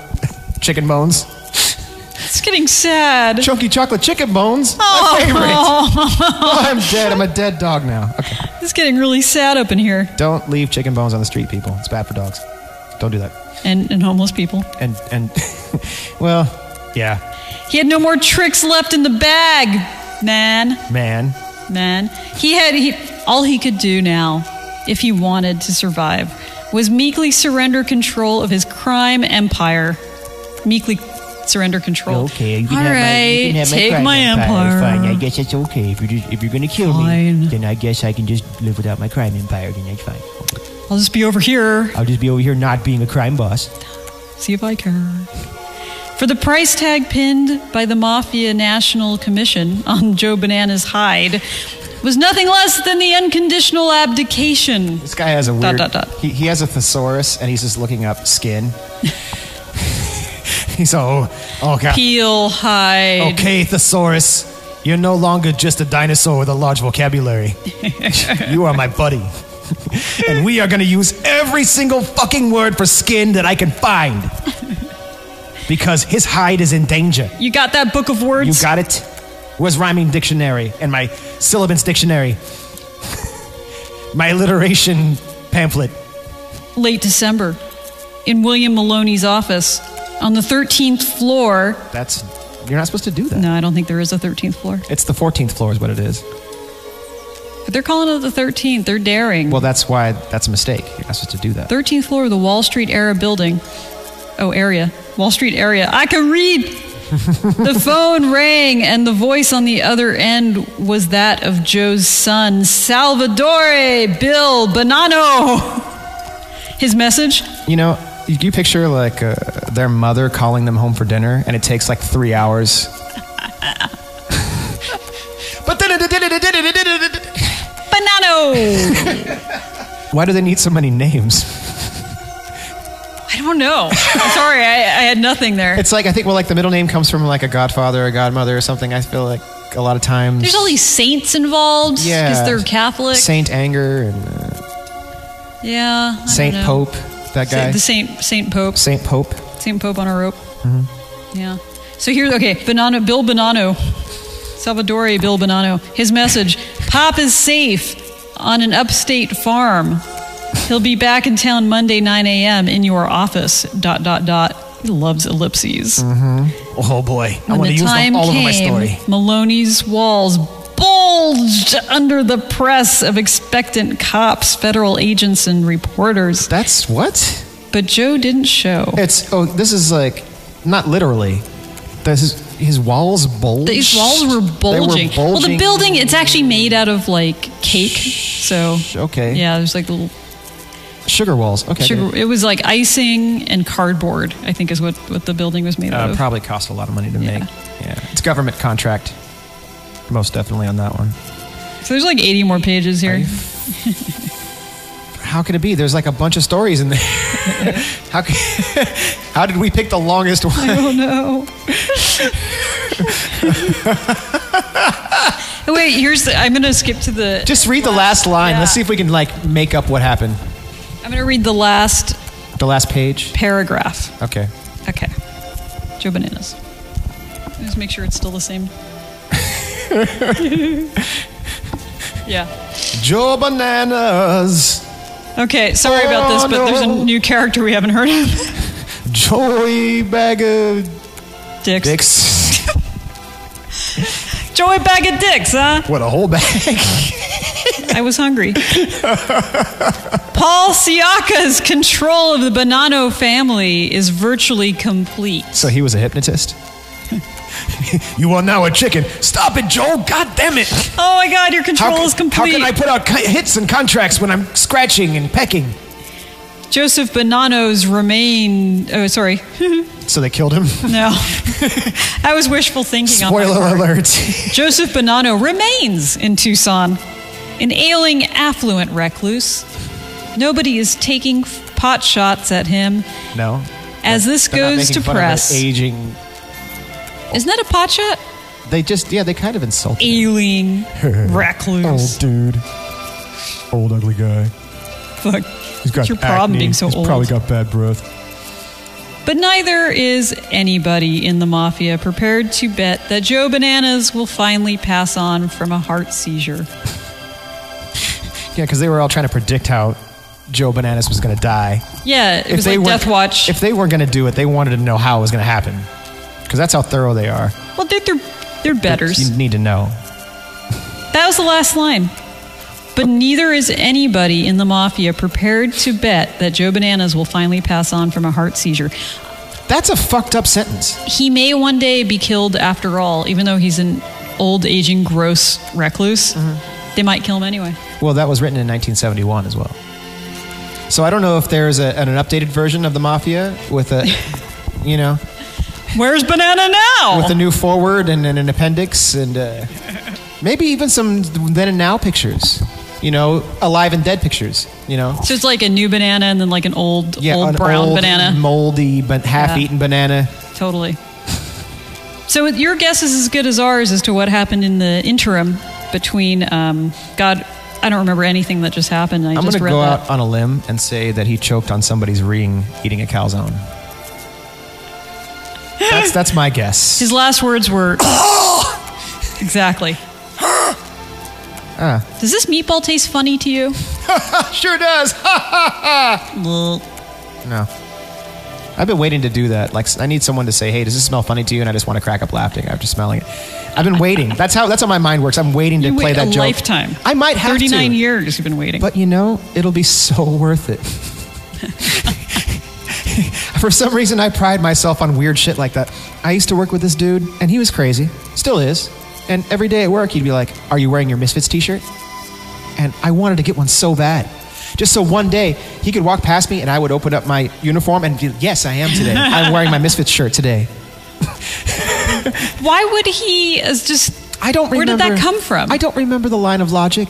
B: chicken bones?
C: It's getting sad.
B: Chunky chocolate chicken
C: <laughs>
B: bones?
C: Oh.
B: My favorite. Oh, I'm dead. I'm a dead dog now. Okay.
C: It's getting really sad up in here.
B: Don't leave chicken bones on the street, people. It's bad for dogs. Don't do that.
C: And, and homeless people.
B: And and <laughs> well, yeah,
C: He had no more tricks left in the bag, man.
B: man.
C: man. He had he, all he could do now, if he wanted to survive, was meekly surrender control of his crime empire. Meekly surrender control.
E: Okay, you can
C: all
E: have my, you
C: right,
E: can have
C: take
E: crime
C: my empire.
E: Fine, I guess that's okay. If you're just, if you're gonna kill
C: Fine.
E: me, then I guess I can just live without my crime empire. Then that's fine. Okay.
C: I'll just be over here.
E: I'll just be over here not being a crime boss.
C: See if I care. For the price tag pinned by the Mafia National Commission on Joe Banana's hide was nothing less than the unconditional abdication.
B: This guy has a
C: Dot,
B: weird.
C: dot, dot.
B: He, he has a thesaurus and he's just looking up skin. <laughs> he's all, oh, oh god.
C: Peel hide.
B: Okay, thesaurus. You're no longer just a dinosaur with a large vocabulary. <laughs> you are my buddy. <laughs> and we are going to use every single fucking word for skin that I can find. <laughs> Because his hide is in danger.
C: You got that book of words?
B: You got it? Where's rhyming dictionary and my syllabus dictionary? my alliteration pamphlet.
C: Late December, in William Maloney's office, on the 13th floor.
B: That's. You're not supposed to do that.
C: No, I don't think there is a 13th floor.
B: It's the 14th floor, is what it is.
C: But they're calling it the 13th. They're daring.
B: Well, that's why that's a mistake. You're not supposed to do that.
C: 13th floor of the Wall Street era building. Oh, area. Wall Street area. I can read. the phone rang, and the voice on the other end was that of Joe's son, Salvatore Bill Bonanno. His message
B: You know, you, you picture like uh, their mother calling them home for dinner, and it takes like three hours. but then,
C: Bonanno.
B: why do they need so many names?
C: I don't know. Sorry, I, I had nothing there.
B: It's like I think well, like the middle name comes from like a godfather, a godmother, or something. I feel like a lot of times
C: There's all these saints involved because
B: yeah,
C: they're Catholic.
B: Saint Anger and uh,
C: yeah. I don't
B: Saint
C: know.
B: Pope, that
C: Sa-
B: guy,
C: the Saint Saint Pope.
B: Saint Pope.
C: Saint Pope on a rope.
B: Mm-hmm.
C: Yeah. So here's okay. Bonanno, Bill Bonanno, Salvadore Bill Bonanno. His message: Pop is safe on an upstate farm. He'll be back in town Monday 9 a.m. in your office. Dot dot dot. He loves ellipses.
B: Oh boy, I
C: When
B: want to
C: the
B: use
C: time
B: them all over my
C: came,
B: story.
C: Maloney's walls bulged under the press of expectant cops, federal agents, and reporters.
B: That's what?
C: But Joe didn't show.
B: It's oh, this is like not literally. This is his walls bulged.
C: These walls were bulging.
B: They were
C: Well, the
B: bulging.
C: building, it's actually made out of like cake. So,
B: Okay.
C: yeah, there's like little
B: Sugar walls. Okay.
C: sugar. It was like icing and cardboard, I think is what, what the building was made out
B: Uh,
C: of.
B: probably cost a lot of money to
C: Yeah.
B: make. Yeah. It's government contract. Most definitely on that one.
C: so, there's like 80 more pages here.
B: How could it be? There's like a bunch of stories <laughs> in there. how, could, <laughs> how did we pick the longest <laughs> one?
C: <laughs> Oh, no. Oh, Wait, here's the. I'm going to skip to the.
B: Just read the last line. Let's
C: Yeah.
B: see if we can like make up what happened.
C: I'm going to read the last
B: The last page.
C: paragraph.
B: Okay.
C: Okay. Joe Bananas. Just make sure it's still the <laughs> same. yeah.
B: Joe Bananas.
C: Okay, sorry about this, but there's a new character we haven't heard of.
B: Joey Bag of
C: Dicks.
B: Dicks.
C: Joey Bag of Dicks, huh?
B: What a whole bag.
C: I was hungry. Paul Siaka's control of the Bonanno family is virtually complete.
B: So he was a hypnotist? <laughs> you are now a chicken. Stop it, Joel. God damn it.
C: Oh my god, your control
B: ca-
C: is
B: how
C: complete.
B: can I put out ki- hits and contracts when I'm scratching and pecking?
C: Joseph Bonanno's remain. Oh, sorry. <laughs>
B: So they killed <laughs> him.
C: No. I was wishful thinking on my
B: Spoiler alert. <laughs>
C: Joseph Bonanno remains in Tucson, an ailing, affluent recluse. Nobody is taking f- pot shots at him.
B: no.
C: As this
B: They're not
C: goes
B: making
C: to
B: fun of the
C: press.
B: Aging.
C: Isn't that a pot shot?
B: They just, yeah, they kind of insulted him. <laughs>
C: Ailing,
B: Oh,
C: recluse.
B: dude. Old ugly guy.
C: Fuck.
B: He's got
C: It's your problem being so old.
B: got bad breath.
C: But neither is anybody in the mafia prepared to bet that Joe Bananas will finally pass on from a heart seizure.
B: Yeah, because they were all trying to predict how Joe Bananas was going to die.
C: Yeah, it was
B: they
C: like
B: weren't-
C: Death Watch.
B: If they weren't going to do it, they wanted to know how it was going to happen. Because that's how thorough they are.
C: well, they're, they're, they're betters.
B: You need to know.
C: That was the last line. But neither is anybody in the mafia prepared to bet that Joe Bananas will finally pass on from a heart seizure.
B: That's a fucked up sentence.
C: He may one day be killed after all, even though he's an old, aging, gross recluse.
B: Mm-hmm.
C: They might kill him anyway.
B: Well, that was written in 1971 as well. So I don't know if there's a, an updated version of the Mafia with
C: <laughs>
B: a, you know,
C: Where's Banana now?
B: with a new forward and, and an appendix and uh, maybe even some then and now pictures. You know, alive and dead pictures. You know,
C: so it's like a new banana and then like an old, old
B: an
C: brown
B: old,
C: banana.
B: moldy, but half-eaten banana.
C: totally. So your guess is as good as ours as to what happened in the interim between um, God. I don't remember anything that just happened. I
B: I'm
C: just
B: gonna
C: read
B: go
C: that.
B: out on a limb and say that he choked on somebody's ring eating a calzone. That's that's my
C: <laughs>
B: guess.
C: His last words
B: <gasps>
C: were exactly.
B: Ah.
C: Does this meatball taste funny to you?
B: Sure does. <laughs> No. I've been waiting to do that. Like, I need someone to say, "Hey, does this smell funny to you?" And I just want to crack up laughing after smelling it. I've been waiting. That's how. That's how my mind works. I'm waiting to
C: You
B: play
C: wait
B: that
C: a
B: joke.
C: lifetime.
B: I might have to.
C: Thirty-nine years you've been waiting.
B: But you know, it'll be so <laughs> worth it. For some reason, I pride myself on weird shit like that. I used to work with this dude, and he was crazy. Still is. And every day at work, he'd be like, Are you wearing your Misfits t shirt? And I wanted to get one so bad. Just so one day he could walk past me and I would open up my uniform and be, Yes, I am today. I'm wearing my Misfits shirt today.
C: Why would he as just?
B: I don't
C: Where
B: remember.
C: did that come from?
B: I don't remember the line of logic.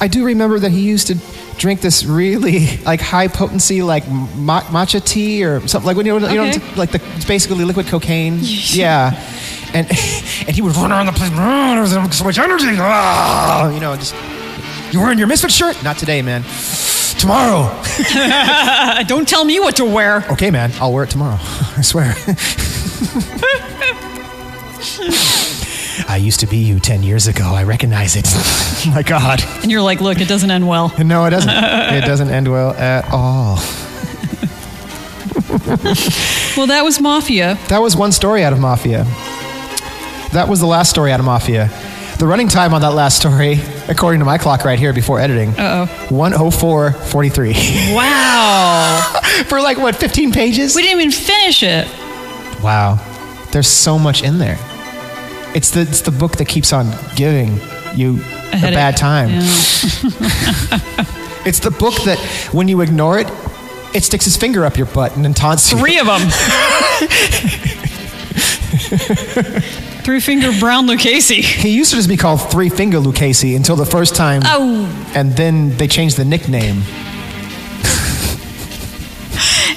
B: I do remember that he used to drink this really like high potency like ma- matcha tea or something like when you know, you
C: Okay.
B: know like the it's basically liquid cocaine.
C: <laughs>
B: yeah. And <laughs> and he would run around the place. "Ah, there's So much energy. Ah," You know, just you wearing your misfit shirt? Not today, man. Tomorrow.
C: Uh, don't tell me what to wear.
B: Okay, man. I'll wear it tomorrow. <laughs> I swear. I used to be you 10 years ago. I recognize it. <laughs> My God.
C: And you're like, look, it doesn't end well.
B: No, it doesn't. it doesn't end well at all.
C: Well, that was Mafia.
B: That was one story out of Mafia. That was the last story out of Mafia. The running time on that last story, according to my clock right here before editing,
C: Uh-oh.
B: 104.43.
C: Wow.
B: <laughs> For like, what, 15 pages?
C: we didn't even finish it.
B: Wow. There's so much in there. It's the, it's the book that keeps on giving you a,
C: headache.
B: bad time.
C: Yeah.
B: It's the book that when you ignore it, it sticks its finger up your butt and then taunts you.
C: Three of <laughs> them. Three finger brown Lucchese.
B: He used to just be called Three Finger Lucchese until the first time.
C: Oh.
B: And then they changed the nickname.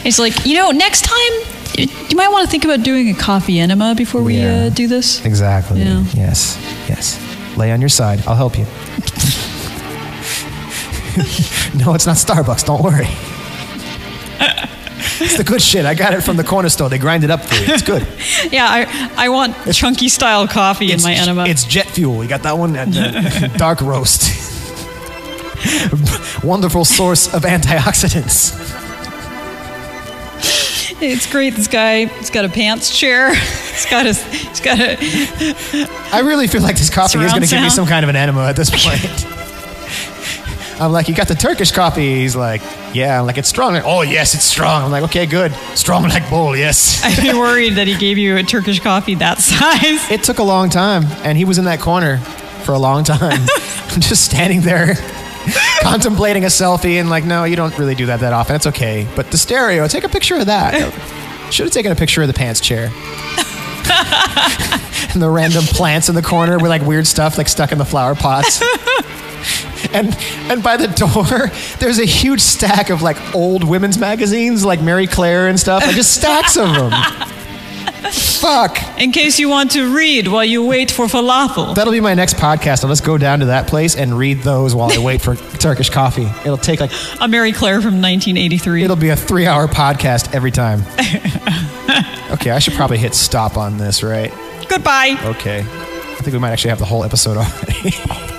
C: It's like, you know, next time you might want to think about doing a coffee enema before we
B: Yeah.
C: uh, do this.
B: Exactly.
C: Yeah.
B: Yes. Yes. Lay on your side. I'll help you. <laughs> no, it's not Starbucks. Don't worry. It's the good shit. I got it from the corner store. They grind it up for you. It's good.
C: <laughs> Yeah, I, I want chunky style coffee <laughs> in
B: it's,
C: my enema.
B: It's jet fuel. You got that one? And, uh,
C: <laughs>
B: dark roast. <laughs> Wonderful source of antioxidants.
C: It's great. This guy, he's got a pants chair. <laughs> He's got a, he's got a,
B: I really feel like this coffee is
C: Surround
B: going to give me
C: sound.
B: some kind of an enema
C: <laughs>
B: at this point. I'm like, you got the Turkish coffee. He's like, yeah. I'm like, it's strong. Like, oh, yes, it's strong. I'm like, okay, good. Strong like bull, yes.
C: I'd be worried that he gave you a Turkish coffee that <laughs> size.
B: It took a long time, and he was in that corner for a long time. <laughs> I'm just standing there contemplating a selfie and like, no, you don't really do that that often. It's okay. But the stereo, take a picture of that. Should have taken a picture of the pants chair. and the random plants in the corner with like weird stuff like stuck in the flower pots. and and by the door, there's a huge stack of like old women's magazines like Mary Claire and stuff. Like just stacks of them. Fuck.
C: In case you want to read while you wait for falafel.
B: That'll be my next podcast. I'll just go down to that place and read those while I wait for Turkish coffee. It'll take like
C: A Mary Claire from 1983.
B: it'll be a three hour podcast every time. okay, I should probably hit stop on this, right?
C: Goodbye.
B: Okay. I think we might actually have the whole episode already.